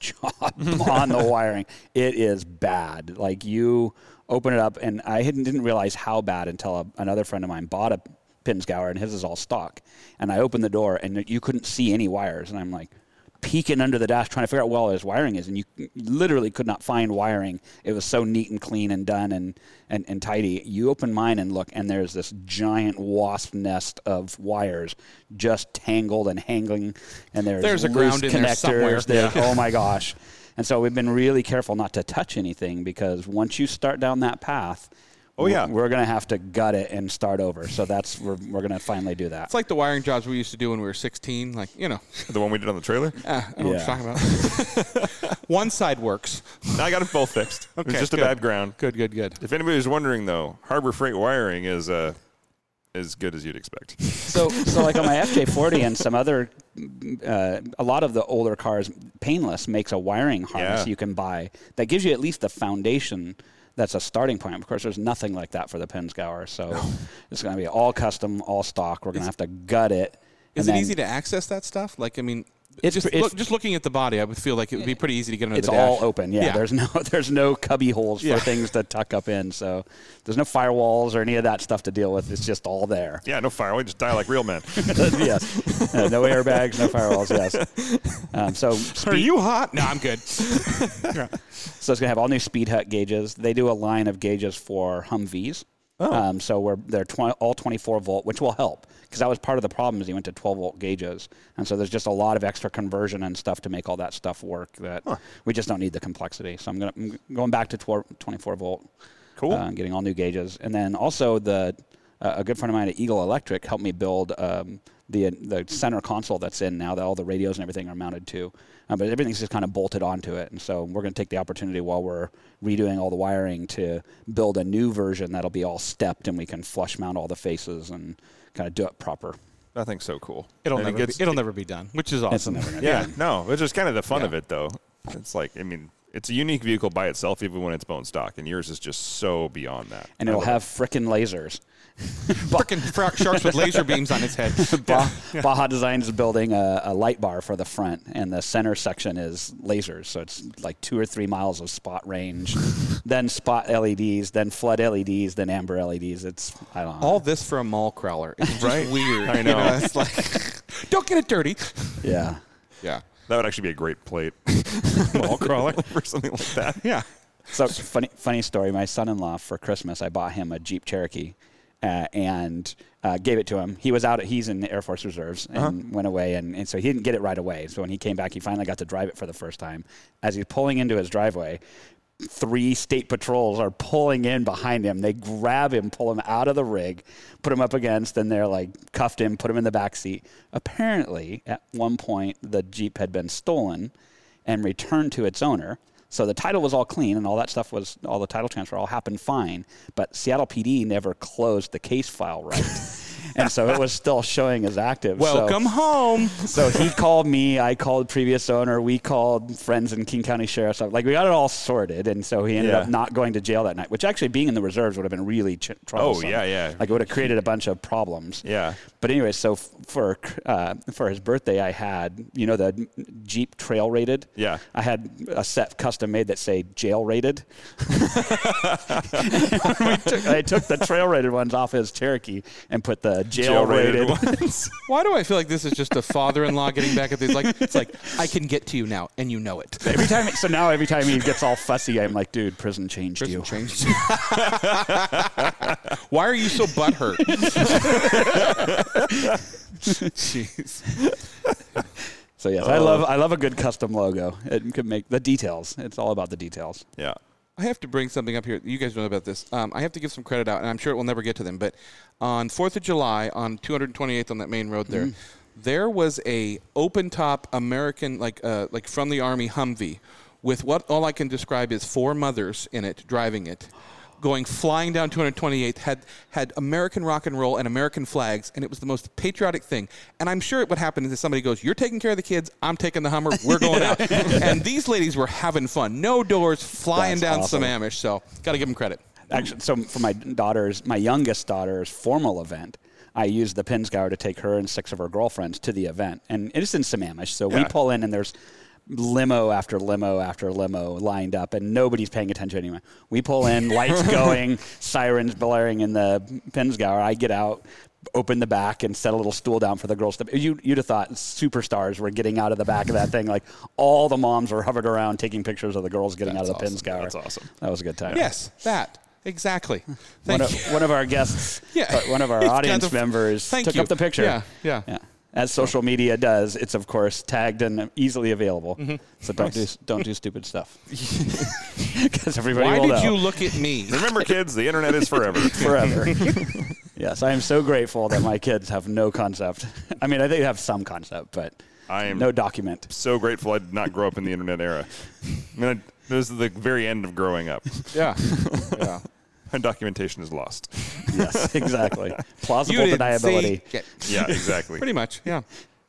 S3: job *laughs* on the wiring. It is bad. Like you open it up, and I hadn't- didn't realize how bad until a, another friend of mine bought a Pinsgauer, and his is all stock. And I opened the door, and you couldn't see any wires. And I'm like peeking under the dash, trying to figure out where all his wiring is, and you literally could not find wiring. It was so neat and clean and done and and, and tidy. You open mine and look, and there's this giant wasp nest of wires just tangled and hangling, and there's
S2: There's a
S3: loose
S2: ground in there
S3: connectors.
S2: somewhere.
S3: There's- oh my gosh. And so we've been really careful not to touch anything because once you start down that path,
S1: Oh, yeah.
S3: we're going to have to gut it and start over. So that's we're, we're going to finally do that.
S2: it's like the wiring jobs we used to do when we were 16. Like you know, ah,
S1: The one we did on the
S3: *laughs*
S1: trailer?
S2: I don't know
S3: Yeah.
S2: what you're talking about. *laughs* One side works.
S1: I got it both fixed. it
S2: Okay,
S1: was just
S2: good.
S1: a bad ground.
S2: Good, good, good.
S1: If anybody's wondering, though, Harbor Freight wiring is uh, as good as you'd expect. *laughs*
S3: so so like on my FJ40 and some other uh, a lot of the older cars painless makes a wiring harness
S1: Yeah.
S3: you can buy that gives you at least the foundation that's a starting point. Of course, there's nothing like that for the Penscower, so it's going to be all custom, all stock. We're going to have to gut it.
S2: Is
S3: and
S2: it
S3: then-
S2: easy to access that stuff? Like, I mean,
S3: It's
S2: just
S3: pr- it's-
S2: look, just looking at the body, I would feel like it would be pretty easy to get under
S3: It's
S2: the dash.
S3: all open. Yeah,
S2: Yeah.
S3: There's no *laughs* there's no cubby holes for
S2: Yeah.
S3: things to tuck up in. So there's no firewalls or any of that stuff to deal with. It's just all there.
S2: *laughs*
S3: *laughs*
S1: Yeah, no fire. We just die like real *laughs* men.
S3: yes. Uh, no airbags, no firewalls.
S2: *laughs*
S3: Yes. Um, so
S2: Are
S3: speed,
S2: you hot? No, I'm
S3: *laughs*
S2: good.
S3: so it's gonna have all new speed hut gauges. They do a line of gauges for Humvees. Oh. Um, so we're they're twen- all 24 volt, which will help because that was part of the problem is you went to 12 volt gauges, and so there's just a lot of extra conversion and stuff to make all that stuff work. That we just don't need the complexity. So I'm gonna I'm going back to 12, 24 volt.
S1: Cool.
S3: uh, getting all new gauges, and then also the uh, a good friend of mine at Eagle Electric helped me build um, the the center console that's in now that all the radios and everything are mounted to, uh, but everything's just kind of bolted onto it. And so we're going to take the opportunity while we're redoing all the wiring to build a new version that'll be all stepped and we can flush mount all the faces and kind of do it proper.
S1: I think so cool.
S2: It'll
S1: And
S2: never
S1: gets-
S2: be, it'll never be done, which is
S3: It's
S2: awesome.
S3: never gonna
S1: Yeah, no, which is kind of the fun of it, though. It's like, I mean, it's a unique vehicle by itself, even when it's bone stock, and yours is just so beyond that.
S3: and it'll have frickin' lasers.
S2: *laughs* Frickin' fra- sharks with laser beams on its head.
S3: *laughs*
S2: *laughs*
S3: Ba- Baja Designs is building a, a light bar for the front, and the center section is lasers. So it's like two or three miles of spot range, then spot LEDs, then flood LEDs, then amber LEDs. It's I don't know.
S2: All this for a mall crawler. It's just
S1: Right?
S2: weird.
S1: I
S2: you
S1: know.
S2: it's like, *laughs* don't get it dirty.
S3: yeah.
S2: Yeah.
S1: That would actually be a great *laughs* plate. Wall crawler *laughs* or something like that.
S2: Yeah.
S3: So funny, funny story. My son-in-law for Christmas, I bought him a Jeep Cherokee, uh, and uh, gave it to him. He was out. He's in the Air Force Reserves and went away, and, and so he didn't get it right away. So when he came back, he finally got to drive it for the first time. As he's pulling into his driveway. Three state patrols are pulling in behind him. They grab him, pull him out of the rig, put him up against, and they're like cuffed him, put him in the back seat. Apparently, at one point, the Jeep had been stolen and returned to its owner. So the title was all clean and all that stuff was all the title transfer all happened fine, but Seattle PD never closed the case file right. and so it was still showing as active. So-
S2: Welcome home.
S3: *laughs* So, he called me, I called previous owner, we called friends in King County Sheriff's Office. Like we got it all sorted and so he ended
S1: Yeah. Oh,
S3: up not going to jail that night, which actually being in the reserves would have been really ch- troublesome.
S1: yeah, yeah.
S3: Like it would have created a bunch of problems.
S1: Yeah.
S3: But anyway, so f- for uh, for his birthday, I had you know the Jeep Trail Rated.
S1: Yeah.
S3: I had a set custom made that say Jail
S1: *laughs*
S3: *laughs* Rated. we took, I took the Trail Rated ones off his Cherokee and put the Jail, Rated. *laughs*
S1: ones.
S2: Why do I feel like this is just a father-in-law getting back at these? Like it's like I can get to you now, and you know
S3: *laughs*
S2: it.
S3: Every time, so now every time he gets all fussy, I'm like, dude, prison changed
S2: Person
S3: you. *laughs*
S2: changed. Why are you so
S3: *laughs*
S2: butthurt? *laughs* Jeez.
S3: So yes, I love I love a good custom logo. It could make the details. It's all about the details.
S1: yeah.
S2: I have to bring something up here. You guys know about this. Um, I have to give some credit out, and I'm sure it will never get to them. But on Fourth of July, on 228th on that main road there, there was a open top American, like uh, like from the army Humvee, with what all I can describe is four mothers in it driving it, going flying down 228th. Had had American rock and roll and American flags, and it was the most patriotic thing. And I'm sure it would happen is somebody goes, "You're taking care of the kids. I'm taking the Hummer. We're going out." and these ladies were having fun. No doors, flying
S3: That's
S2: down some
S3: awesome.
S2: Amish. So got to give them credit.
S3: actually, so for my daughter's, my youngest daughter's formal event, I used the Pinsgauer to take her and six of her girlfriends to the event, and it's in Sammamish. So we
S1: Yeah.
S3: pull in, and there's limo after limo after limo lined up, and nobody's paying attention to anyone. We pull
S1: *laughs*
S3: in, lights going, sirens blaring in the Pinsgauer. I get out. Open the back and set a little stool down for the girls. To, you, you'd have thought superstars were getting out of the back of that thing. Like all the moms were hovered around taking pictures of the girls getting out of the
S2: That's
S3: Pinsgauer.
S1: That's awesome.
S3: That was a good time
S2: Yes, that
S1: *laughs*
S2: exactly.
S3: one
S2: Thank
S3: of,
S2: you.
S3: one of our guests,
S2: *laughs* Yeah.
S3: uh, one of our
S2: He's got
S3: audience
S2: the-
S3: members,
S2: Thank
S3: took
S2: you.
S3: up the picture.
S2: Yeah, yeah.
S3: As social media does, it's of course tagged and easily available.
S2: Mm-hmm.
S3: So don't do don't do
S2: *laughs*
S3: stupid stuff because everybody
S2: Why
S3: will
S2: did
S3: *laughs*
S2: you
S3: know
S2: look at
S1: *laughs*
S2: me?
S1: Remember, kids, the internet is *laughs* forever.
S3: forever. *laughs*
S2: *laughs*
S3: yes, I am so grateful that my kids have no concept. *laughs* I mean, I think they have some concept, but
S1: I am-
S3: no document.
S1: so grateful I did not grow up in the internet era. I mean, I, this is the very end of growing up. *laughs*
S2: yeah, yeah.
S1: My documentation is lost. *laughs*
S3: Yes, exactly. Plausible
S2: You didn't
S3: deniability.
S2: see it. *laughs*
S1: Yeah, exactly.
S2: Pretty much. Yeah.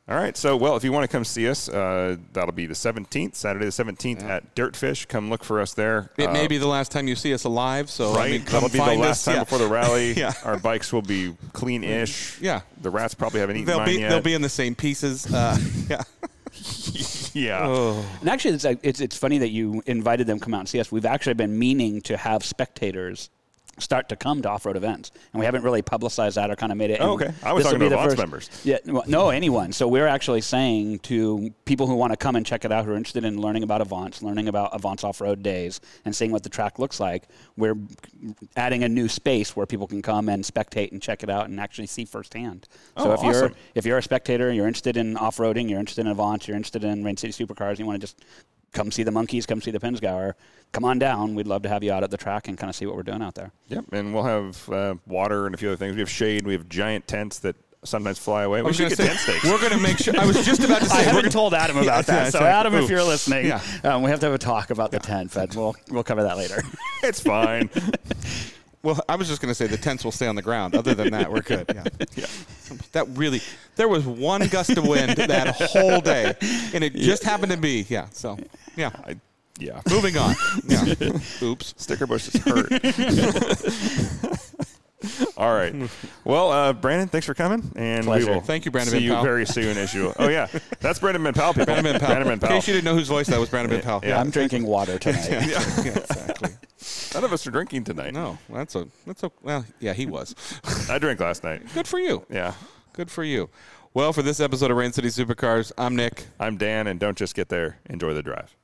S1: All right. So, well, if you want to come see us, uh, that'll be the 17th, Saturday the 17th at Dirtfish. Come look for us there.
S2: It
S1: Uh,
S2: may be the last time you see us alive, so I
S1: Right,
S2: mean, come
S1: that'll be the
S2: find
S1: last
S2: us.
S1: time
S2: yeah.
S1: before the rally.
S2: *laughs* Yeah.
S1: Our bikes will be clean-ish.
S2: *laughs* Yeah.
S1: the rats probably haven't eaten
S2: They'll
S1: mine
S2: be
S1: yet.
S2: they'll be in the same pieces. Uh, *laughs* yeah,
S1: *laughs* yeah.
S2: Oh.
S3: And actually, it's, like- it's it's funny that you invited them to come out and see us. We've actually been meaning to have spectators start to come to off-road events, and we haven't really publicized that or kind of made it.
S1: Oh,
S3: and
S1: okay. I was
S3: this'll
S1: talking
S3: be
S1: to
S3: the
S1: Vaughn's
S3: first-
S1: members.
S3: Yeah, well, no, anyone. So we're actually saying to people who want to come and check it out, who are interested in learning about Avance, learning about Avance off-road days, and seeing what the track looks like, we're adding a new space where people can come and spectate and check it out and actually see firsthand. So
S1: Oh,
S3: if you're
S1: awesome.
S3: if you're a spectator and you're interested in off-roading, you're interested in Avant, you're interested in Rain City Supercars, and you want to just come see the monkeys, come see the Pensgauer, come on down. We'd love to have you out at the track and kind of see what we're doing out there.
S1: Yep, and we'll have uh, water and a few other things. We have shade. We have giant tents that sometimes fly away. We
S2: was
S1: should
S2: gonna
S1: get
S2: say,
S1: tent stakes.
S2: We're going to make sure. I was
S1: *laughs*
S2: just about to say.
S3: I
S2: we're
S3: haven't
S2: gonna-
S3: told Adam about
S2: Yeah,
S3: that.
S2: yeah,
S3: so
S2: exactly.
S3: Adam, if
S2: Ooh.
S3: you're listening,
S2: Yeah.
S3: um, we have to have a talk about the tent, but we'll we'll cover that later.
S1: it's
S2: *laughs*
S1: fine.
S2: Well, I was just going to say the tents will stay on the ground. Other than that, we're good. Yeah. That really, there was one gust of wind that whole day, and it just happened to be. Yeah. So, yeah.
S1: I, yeah, *laughs*
S2: Moving on. Yeah. Oops.
S1: sticker bushes hurt. *laughs* All right. Well, uh, Brandon, thanks for coming, and
S3: Pleasure.
S1: we will
S2: Thank you, Brandon
S1: See
S2: Van
S1: you
S2: Pelt.
S1: very soon, as you. Oh yeah, that's Brandon Menpal. People.
S2: Brandon Van Pelt.
S1: Brandon Van
S2: In
S1: Pelt.
S2: case you didn't know whose voice that was, Brandon Van Pelt.
S1: Yeah.
S3: I'm drinking water tonight.
S2: *laughs* Yeah, exactly.
S1: None of us are drinking tonight.
S2: No, that's a that's a well, yeah,
S1: *laughs*
S2: he was.
S1: I drank last night.
S2: Good for you.
S1: Yeah.
S2: Good for you. Well, for this episode of Rain City Supercars, I'm Nick.
S1: I'm Dan, and don't just get there. Enjoy the drive.